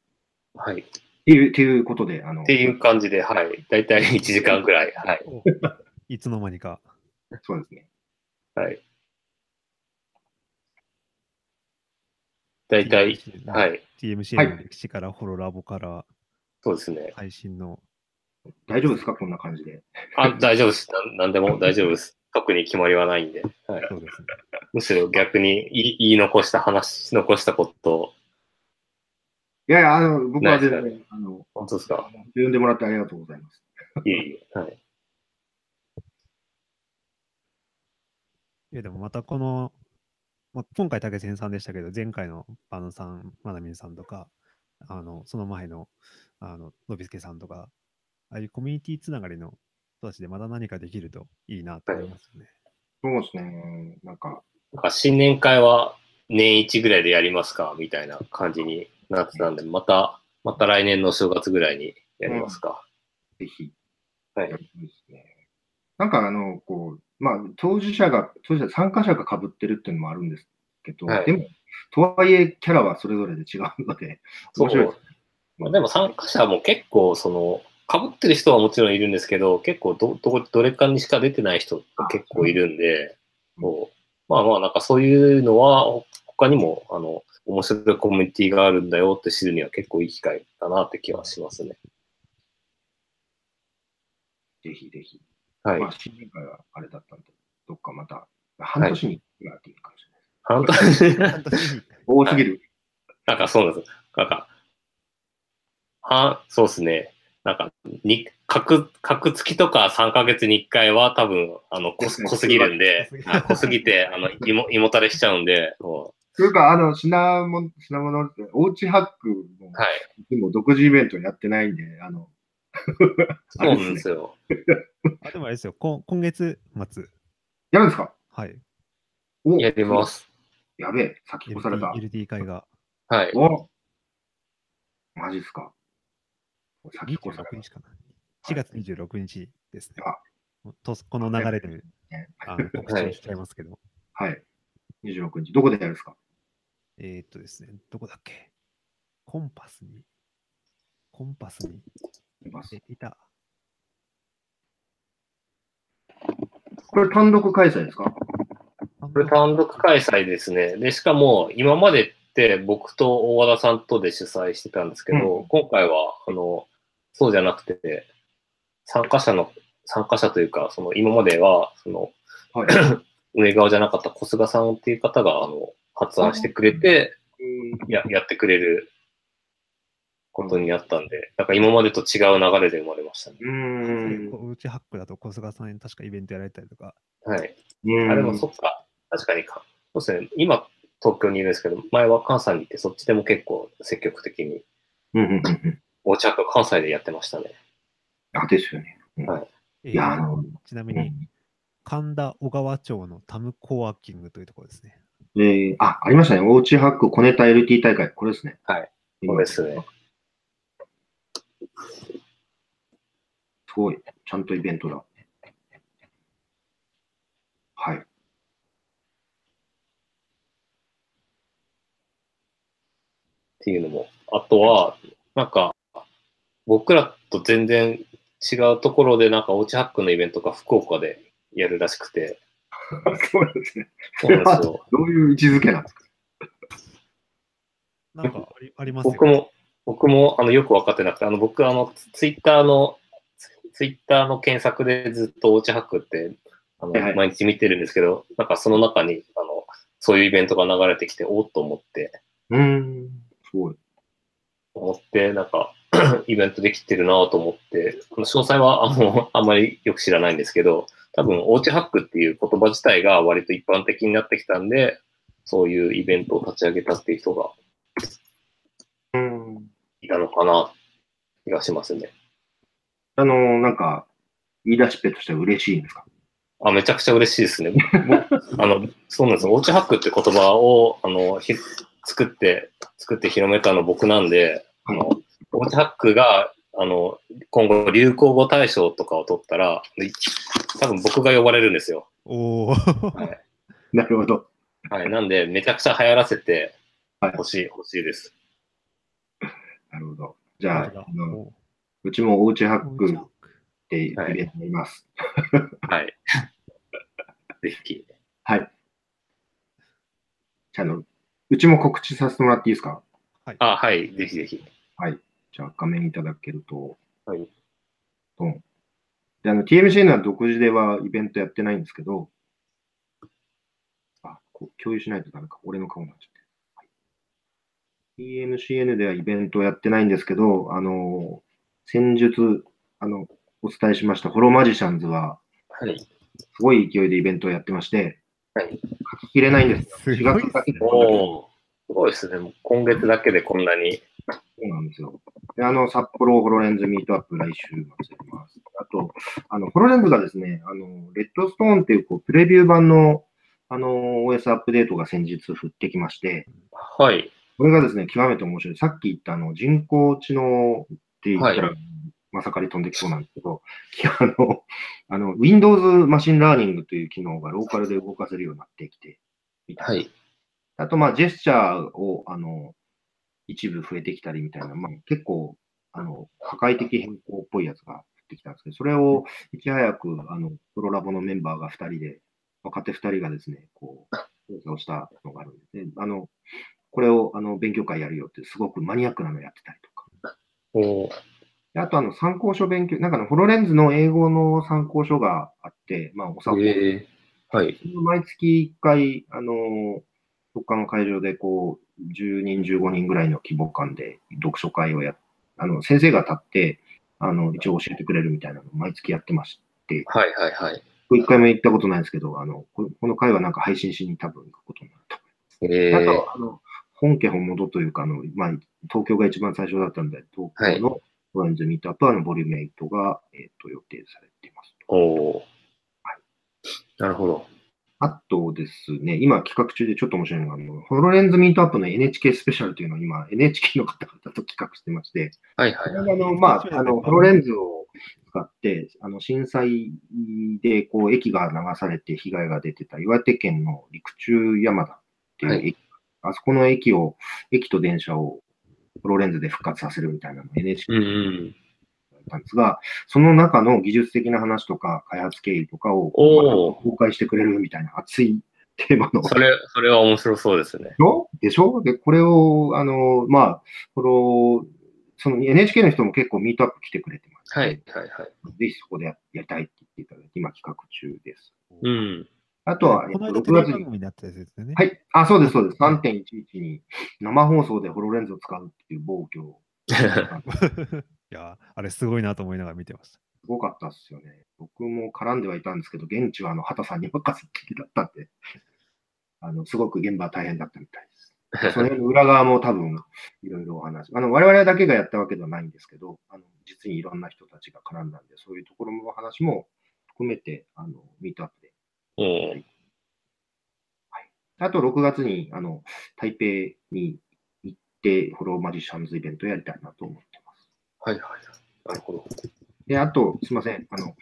B: はい。っ
C: っていう、っていうことで、あの、
B: ていう感じで、はい。だいたい1時間くらい。はい。
D: お いつの間にか。
C: そうですね。
B: はい。大体、は。い。
C: はい
D: TMC の歴史から、ホロラボから、
B: そうですね。
D: 配信の。
C: 大丈夫ですかこんな感じで。
B: あ、大丈夫です。なんなんでも大丈夫です。特に決まりはないんで。はい、
D: そうですね。
B: むしろ逆に言い言い残した話、残したことを、
C: いやいや、あの、僕は全
B: ナイ
C: 然、あの、
B: 本当です か
C: 呼んでもらってありがとうございます。
B: いえいえ。はい。
D: いや、でもまたこの、まあ、今回竹千さんでしたけど、前回のバンさん、まなみんさんとか、あの、その前の、あの、のびすけさんとか、ああいうコミュニティつながりの人たちでまた何かできるといいなと思いますよね。
C: そうですね。なんか、
B: なんか新年会は年一ぐらいでやりますかみたいな感じになってたんで、また、また来年の正月ぐらいにやりますか。
C: ぜひ、
B: はい
C: やりたいですね。なんか、あの、こう、まあ、当事者が、当事者、参加者が被ってるっていうのもあるんですけど、
B: はい
C: でも、とはいえ、キャラはそれぞれで違うので、
B: そう
C: 面白いです
B: まあ、でも参加者も結構、その、かぶってる人はもちろんいるんですけど、結構ど、どこ、どれかにしか出てない人が結構いるんで、
C: うん
B: こうまあまあ、なんかそういうのは、ほ他にも、あの、面白いコミュニティがあるんだよって知るには結構いい機会だなって気はしますね。
C: ぜひぜひ。
B: はい
C: ま。あ、新年会はあれだったんで、どっかまた、半年に一回やっていいかもしれない。
D: 本
B: 本当に
D: 当に
C: 多すぎる。
B: なんかそうなんです。なんか、は、そうですね。なんか、に、角、角付きとか3ヶ月に1回は多分、あの、こす、濃すぎるんで
D: 濃すぎ、る
B: あ濃すぎて、あの、胃も、胃もたれしちゃうんで、も
C: というか、あの、品物、品物って、おうちハックも
B: う、、はい。
C: でも独自イベントやってないんで、あの、
B: そうなんですよ。
D: あでもあれですよ、今今月末、
C: やるんですか
D: はい、
C: お
B: やりま。す。
C: やべえ、先越された
D: LT。LT 会が
B: はい。
C: おマジっすか。先越さ
D: 26
C: れ
D: 日かな。4月26日ですね
C: あ。
D: とこの流れで
C: たね。
D: あの告知をしちゃいますけど、
C: はい。26日。どこでやるんですか
D: えーっとですね、どこだっけコンパスに、コンパスに
C: います
D: いた。
C: これ単独開催ですか
B: これ単独開催ですね。で、しかも、今までって僕と大和田さんとで主催してたんですけど、
C: う
B: 今回は、あの、そうじゃなくて、参加者の、参加者というか、その、今までは、その、
C: はい。
B: 上側じゃなかった小菅さんっていう方が、あの、発案してくれて、ややってくれることになったんで、なんか今までと違う流れで生まれましたね。
C: うーん。
D: おうちハックだと小菅さん確かイベントやられたりとか、
B: はい。
C: うーん
B: あ、でもそっか。確かにか。そうですね。今、東京にいるんですけど、前は関西に行って、そっちでも結構積極的に、
C: うんうんうんうん。
B: お茶会関西でやってましたね。
C: あ、ですよね。
D: え
C: いや、あ
D: ー
C: の、
D: ちなみ
C: う
D: に、
C: ん
D: 神田小川町のタムコワーキングというところですね。
C: えーあ、ありましたね。おうちハック小ネタ LT 大会。これですね。
B: はい。これですね。
C: すごい。ちゃんとイベントだ。はい。
B: っていうのも。あとは、なんか、僕らと全然違うところで、なんか、おうちハックのイベントが福岡でやるらしく て、
C: そうですね。
B: そうなんですよ。
C: どういう位置づけなんですか
D: なんかありありますよ。
B: 僕も、僕も、あの、よく分かってなくて、あの、僕、あの、ツツイッターの、ツツイッターの検索でずっとおうちハックって、あの、
C: はいはい
B: 毎日見てるんですけど、なんか、その中に、あの、そういうイベントが流れてきて、おっと思って、
C: うーん。すごい。
B: 思って、なんか、 イベントできてるなと思って、この詳細はあのあんま りよく知らないんですけど、多分、おうちハックっていう言葉自体が割と一般的になってきたんで、そういうイベントを立ち上げたっていう人が
C: うーん。
B: いたのかな、気がしますね。
C: あの、なんか、言い出しっぺとしては嬉しいんですか
B: あ、めちゃくちゃ嬉しいですね。 僕あの、そうなんですよ。おうちハックって言葉を、あの、ひ作って、作って広めたの僕なんで、あの、おうちハックが、あの、今後流行語大賞とかを取ったら、い多分僕が呼ばれるん ですよ。
D: おお。
C: なるほど。
B: はい。なんで、めちゃくちゃ流行らせて
C: はい
B: 欲しい、欲しいです。
C: なるほど。じゃあ、あの
D: お
C: うちもおうちハッ
D: お
C: ク
D: う
C: っ
D: ちハック
C: てイベントにいます。
B: はい。ぜひ。
C: はい。じゃああの、うちも告知させてもらっていいですか
B: あ、はい。ぜひぜひ。
C: じゃあ画面いただけると。
B: はい。
C: ドン。で、あの、TMC のは独自ではイベントやってないんですけど、あ、こう共有しないとダメか。俺の顔になっちゃってる。はい、TMCN ではイベントやってないんですけど、あの、先日、あの、お伝えしました、フォローマジシャンズは、
B: はい。
C: すごい勢いでイベントをやってまして、
B: はい
C: 書ききれないんです
D: す
C: よ。
D: ごいっすね
C: 4月だけで
B: おーすごいですね。もう今月だけでこんなに。
C: そうなんですよ。で、あの、札幌ホロレンズミートアップ来週末やります。あと、あの、ホロレンズがですね、あの、レッドストーンっていう、こう、プレビュー版の、あの、OS アップデートが先日降ってきまして、
B: はい。
C: これがですね、極めて面白い。さっき言った、あの、人工知能って言ったら、
B: は
C: まさかり飛んできそうなんですけど、 きあの、あの、Windows マシンラーニングという機能がローカルで動かせるようになってきて、みたいな
B: はい。
C: あと、まあ、ジェスチャーを、あの、一部増えてきたりみたいな、まあ、結構、あの、破壊的変更っぽいやつが降ってきたんですけど、それをいち早く、あの、プロラボのメンバーが2人で、若手2人がですね、こう、調査をしたのがあるんですね。あの、これを、あの、勉強会やるよって、すごくマニアックなのやってたりとか。
B: おー
C: であと、あの、参考書勉強、なんかあの、ホロレンズの英語の参考書があって、まあ、おさ
B: えーはい。
C: 毎月1回、あのー、どっかの会場で、こう、10人、15人ぐらいの規模感で読書会をやっ、あの、先生が立って、あの、一応教えてくれるみたいなのを毎月やってまして、
B: はいはいはい。
C: 1回も行ったことないんですけど、あの、ここの会はなんか配信しに多分行くことになると
B: え
C: あ
B: ー
C: と、あの、本家本元というか、あの、まあ、東京が一番最初だったんで、東京のロレンズミートアップはあの、ボリューム8が、えっ、と、予定されています。
B: おーなるほど。
C: あとですね、今企画中でちょっと面白いのが、あのホロレンズミートアップの NHK スペシャルというのを今 NHK の方々と企画してまして、
B: はいは
C: あ
B: い。
C: の、まあ、あの、ホロレンズを使って、あの、震災で、こう、駅が流されて被害が出てた岩手県の陸中山田っていう駅、あそこの駅を、駅と電車をホロレンズで復活させるみたいなのを NHK
B: うんうん。
C: だったんですが、その中の技術的な話とか、開発経緯とかを
B: おー
C: 公開してくれるみたいな熱いテーマの。
B: それ、それは面白そうですね。
C: のでしょで、これを、あの、まあ、この、その NHK の人も結構ミートアップ来てくれてます。
B: はい。はいはい。
C: ぜひそこでややりたいって言っていただいて、今企画中です。
B: うん。
C: あとは、えっ
D: ことの間
C: 6
D: テレ
C: 月
D: ビ番
C: に、
D: 組でやったやつですよね。
C: はい、あ、そうです、そうです。3.11に生放送でホロレンズを使うっていう 暴挙を。
D: いや、あれすごいなと思いながら見てました。
C: すごかったっすよね。僕も絡んではいたんですけど、現地はあの、畑さんに任せっきりだったんで、あの、すごく現場は大変だったみたいです。 その辺の裏側も多分、いろいろお話。あの、我々だけがやったわけではないんですけど、あの、実にいろんな人たちが絡んだんで、そういうところの話も含めて、あの、ミートアップで。
B: うん。
C: あと6月に、あの、台北に行って、フォローマジシャンズイベントやりたいなと思ってます。
B: はいはいはい。なるほど。
C: で、あと、すいません。あの、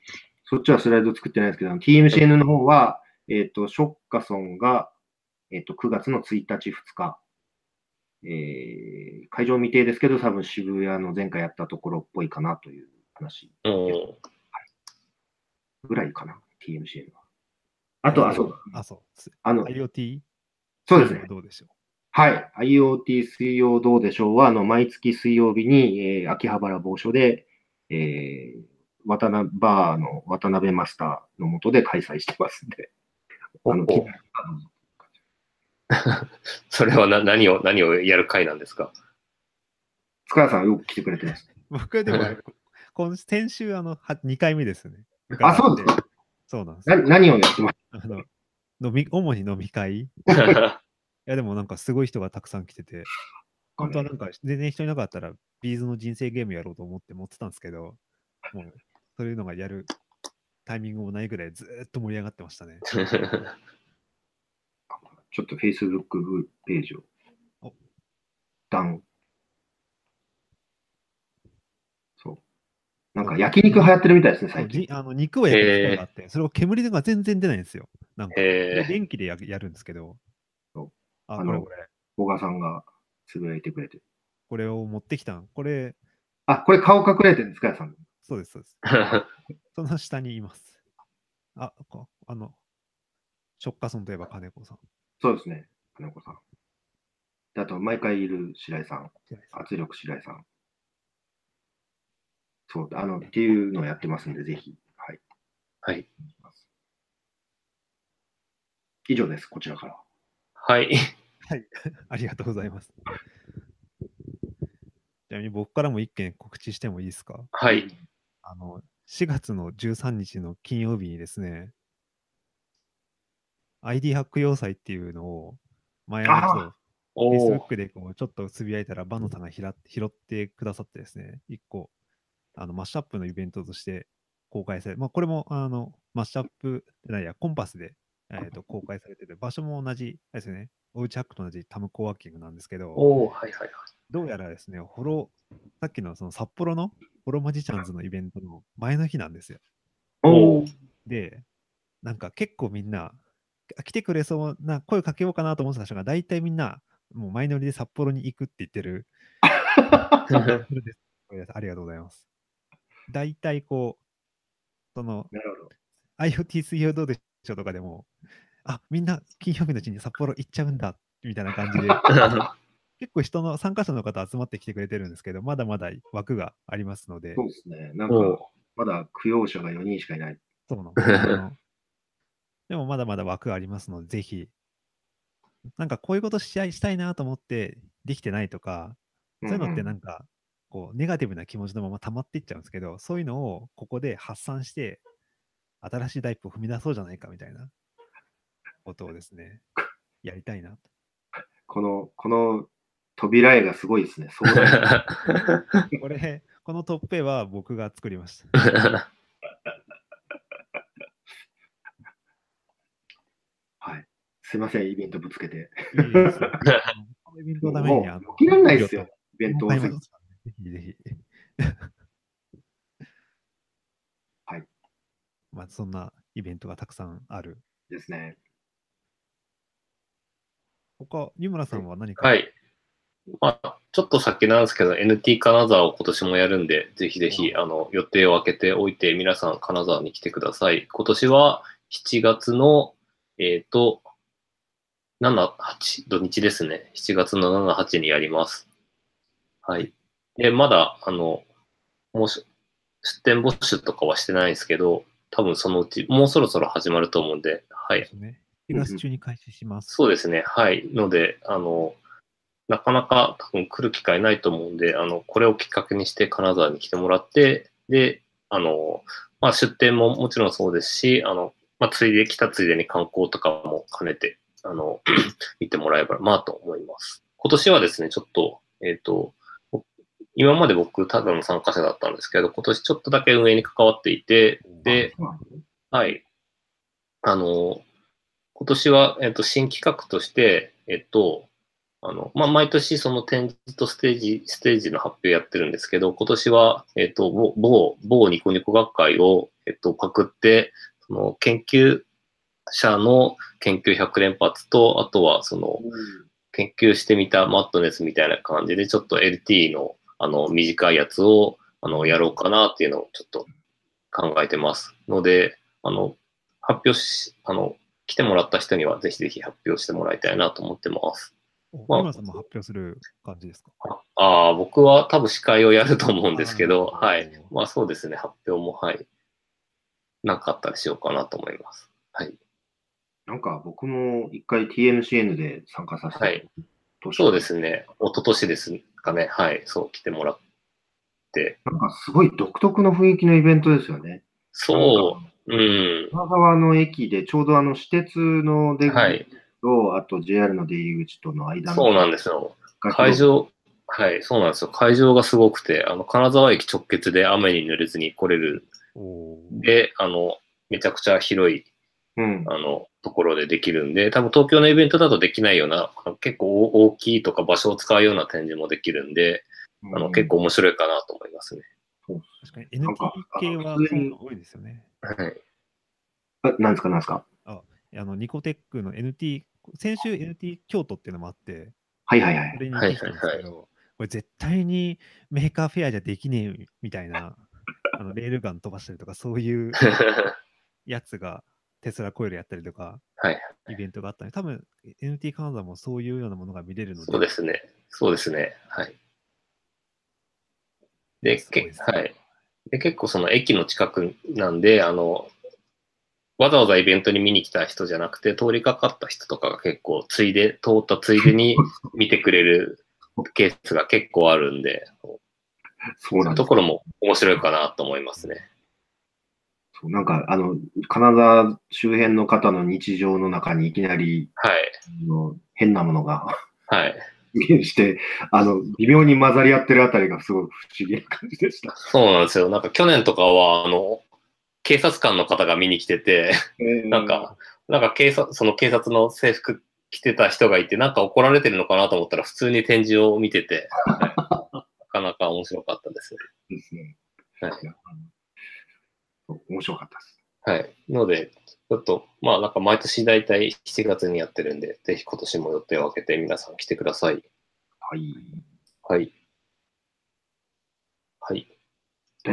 C: そっちはスライド作ってないですけど、あの TMCN の方は、えっ、と、ショッカソンが、えっ、と、9月の1日、2日、えー、会場未定ですけど、多分渋谷の前回やったところっぽいかなという話
B: うん。
C: ぐらいかな、TMCN は。あと、あ、そうだ、
D: あ、そう。す
C: あの、
D: IoT?
C: そうですね。
D: どうでしょう。
C: はい。IoT 水曜どうでしょうは、あの、毎月水曜日に、えー秋葉原某所で、えー渡辺、バーの渡辺マスターのもとで開催してますんで。あの、
B: お
C: 気になる方は
B: それはな何を、何をやる会なんですか
C: 塚田さんよく来てくれてます。
D: 僕でも、今先週、あの、は2回目ですね。
C: あそうです
D: かそうなんです
C: な何をやってます
D: あの飲み主に飲み会いや、でもなんかすごい人がたくさん来てて、
C: か
D: 本当は
C: ね
D: なんか全然人いなかったら、ビーズの人生ゲームやろうと思って持ってたんですけど、もう、そういうのがやるタイミングもないぐらいずーっと盛り上がってましたね。
C: ちょっと Facebook ページを
D: お。
C: ダウン。そう。なんか焼肉流行ってるみたいですね、
D: そう
C: 最近。
D: じあの肉を焼く機械があって、それを煙が全然出ないんですよ。なんか、
B: えー、
D: 電気でややるんですけど
C: そう、
D: あ、
C: あ
D: これ
C: の
D: これ、
C: 小川さんがつぶやいてくれてる。
D: これを持ってきたん。これ、
C: あ、これ顔隠れてるんですか、塚田さん。
D: そうです、そうです。その下にいます。あ、こあの、ショッカソンといえば金子さん。
C: そうですね、金子さん。であと、毎回いる白井さん、
D: 白井さん
C: 圧力白井さん。そう、あの、っていうのをやってますんで、ぜひ、はい。
B: はい。
C: 以上です、こちらから。
B: はい。
D: ありがとうございます。ちなみに僕からも一件告知してもいいですか
B: はい。
D: あの、4月の13日の金曜日にですね、ID ハック要塞っていうのを、前のやつを
B: おお。
D: Facebook でこうちょっとつぶやいたら、バノさんが拾って拾ってくださってですね、一個、あのマッシュアップのイベントとして公開され、まあ、これもあのマッシュアップ、ないや、コンパスで、えー、と公開されてて、場所も同じ、あれですよね、おうちハックと同じタムコワーキングなんですけど、
B: おおはいはいはい。
D: どうやらですね、フォロー、さっきのその札幌のフォローマジシャンズのイベントの前の日なんですよ。
B: お
C: ー
D: で、なんか結構みんな、あ来てくれそうな声かけようかなと思ってた人が、大体みんな、もう前乗りで札幌に行くって言ってる。それですこれですありがとうございます。大体こう、その
C: なるほど。
D: IoT 水曜どうでしょうとかでも、あみんな金曜日のうちに札幌行っちゃうんだみたいな感 じで、結構人の参加者の方集まってきてくれてるんですけど、まだまだ枠がありますので
C: そ、うですね、なん
B: お
C: か、まだ供養者が4人しかいない。
D: そうなんですよあの でもまだまだ枠ありますので、ぜひ、なんかこういうことしあいしたいなと思ってできてないとか、そういうのって
C: ん
D: なんか、こう、ネガティブな気持ちのまま溜まっていっちゃうんですけど、そういうのをここで発散して、新しい第一歩を踏み出そうじゃないかみたい なことをですね、やりたいなと。
C: この、この扉絵がすごいですね。そうだ
D: これ、このトップ絵は僕が作りました。
C: はい。すいません、イベントぶつけて。
D: いいですよこのイベントのために、あの
C: もう起きられないですよ。、イベント多
D: 買い
C: すぎ
D: 物ぜひ ぜひ。
C: はい。
D: まあ、そんなイベントがたくさんある。
C: ですね。
D: 他、湯村さんは何か、
B: はい。まあ、ちょっと先なんですけど、NT 金沢を今年もやるんで、ぜひぜひ、あの、予定を空けておいて、皆さん金沢に来てください。今年は7月の、えっ、と、7、8、土日ですね。7月の7、8にやります。はい。で、まだ、あの、もうし、出店募集とかはしてないんですけど、多分そのうち、もうそろそろ始まると思うんで、はい
D: で。すね。昼休み中に開始します。
B: そうですね。はい。ので、あの、なかなか多分来る機会ないと思うんで、あの、これをきっかけにして金沢に来てもらって、で、あの、まあ、出店ももちろんそうですし、あの、まあ、ついで、来たついでに観光とかも兼ねてあの、 見てもらえばなと思います。今年はですね、ちょっと、えっ、と、今まで僕、ただの参加者だったんですけど、今年ちょっとだけ運営に関わっていて、で、
C: まあ
B: はい。あの、今年は、えっと、新企画として、えっと、あの、まあ、毎年その展示とステージ、ステージの発表やってるんですけど、今年は、えっと、某、某某ニコニコ学会を、えっと、パクって、その研究者の研究100連発と、あとはその、研究してみたマットネスみたいな感じで、ちょっと LT のあの短いやつをあのやろうかなっていうのをちょっと考えてます。ので、あの、発表し、あの、来てもらった人にはぜひぜひ発表してもらいたいなと思ってます。
D: お
B: まあ
D: 井村さんも発表する感じですか
B: ああー、僕は多分司会をやると思うんですけど、
D: あー
B: はい。まあそうですね、発表も、はい。なんかあったらしようかなと思います。はい。
C: なんか僕も一回 TNCN で参加させて、
B: はいそうで。すね、一昨年ですかね、はい。そう、来てもらって。
C: なんかすごい独特の雰囲気のイベントですよね。
B: そう、うん。
C: 金沢の駅でちょうどあの私鉄の出口と、
B: はい。
C: あと JR の出入り口との間の
B: そうなんですよ。
C: 楽器
B: 会場、はい、そうなんですよ。会場がすごくて、あの、金沢駅直結で雨に濡れずに来れる。
D: おー
B: で、あの、めちゃくちゃ広い、
C: うん。
B: あの、ところでできるんで、多分東京のイベントだとできないような、あの結構大大きいとか場所を使うような展示もできるんで、あの、結構面白いかなと思いますね。
D: 確かに
C: なんか
D: NT 系は
C: 普
D: そ
C: 通
D: う
C: に
D: いうの多いですよね。
B: はい。
C: あ。なんですか、なんですか。
D: あの、ニコテックの NT、先週 NT 京都っていうのもあって、
C: はいはいは
D: そ
C: い。
D: れに行ってきたんです
B: はい
D: け
B: は
D: ど、
B: い
D: これ絶対にメーカーフェアじゃできねえみたい な、あのレールガン飛ばしたりとか、そういうやつがテスラコイルやったりとか、
B: はい
D: イベントがあったので、多分 NT カナダもそういうようなものが見れるので、
B: そうですね。そうですね。はい。で、
D: すごいで
B: け
D: すね
B: はい。で、結構その駅の近くなんで、あの、わざわざイベントに見に来た人じゃなくて、通りかかった人とかが結構、ついで、通ったついでに見てくれるケースが結構あるんで、そ
C: そう
B: う
C: ない
B: うん
C: で
B: と
C: す。
B: ころも面白いかなと思いますね。
C: そうなんか、あの、金沢周辺の方の日常の中にいきなり、
B: はい。
C: あの変なものが
B: はい。
C: 出現して、あの、微妙に混ざり合ってるあたりがすごい不思議な感じでした。
B: そうなんですよ。なんか去年とかは、あの、警察官の方が見に来てて、なんか、なんか警察、その警察の制服着てた人がいて、なんか怒られてるのかなと思ったら、普通に展示を見てて、はいなかなか面白かったですね。
C: えー。ですね。
B: はい
C: やあのそう面白かったです。
B: はい。ので、ちょっと、まあなんか毎年大体7月にやってるんで、ぜひ今年も予定を空けて皆さん来てください。
C: はい。
B: はい。はい。
C: 大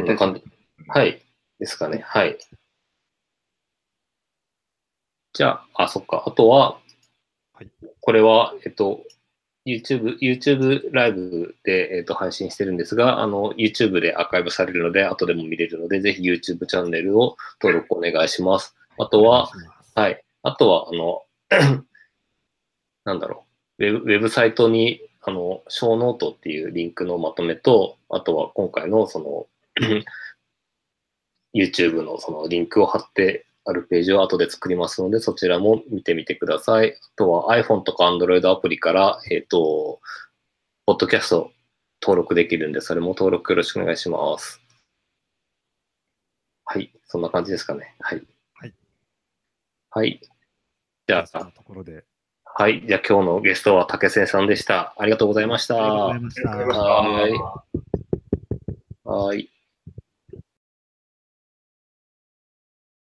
B: こんな
C: 体、
B: 感じはい。ですかね。はい。じゃあ、あ、そっか。あとは、
D: はい
B: これは、えっと、YouTube、YouTube ライブで、えっと、配信してるんですが、あの、YouTube でアーカイブされるので、後でも見れるので、ぜひ YouTube チャンネルを登録お願いします。あとは、
D: お願いします
B: はい。あとは、あの、なんだろう。ウェブウェブサイトに、あの、小ノートっていうリンクのまとめと、あとは今回のその、YouTube のそのリンクを貼ってあるページを後で作りますので、そちらも見てみてください。あとは iPhone とか Android アプリから、えっ、と、ポッドキャスト登録できるんで、それも登録よろしくお願いします。はい。そんな感じですかね。はい。
D: はい。
B: はい。じゃ
D: そん
B: あ
D: な、ところで、
B: はい。じゃあ今日のゲストは竹瀬さんでした。ありがとうございまし
D: ありがとうござい。
B: た
D: まし。
C: ありがとうございましたた
B: はい。はい。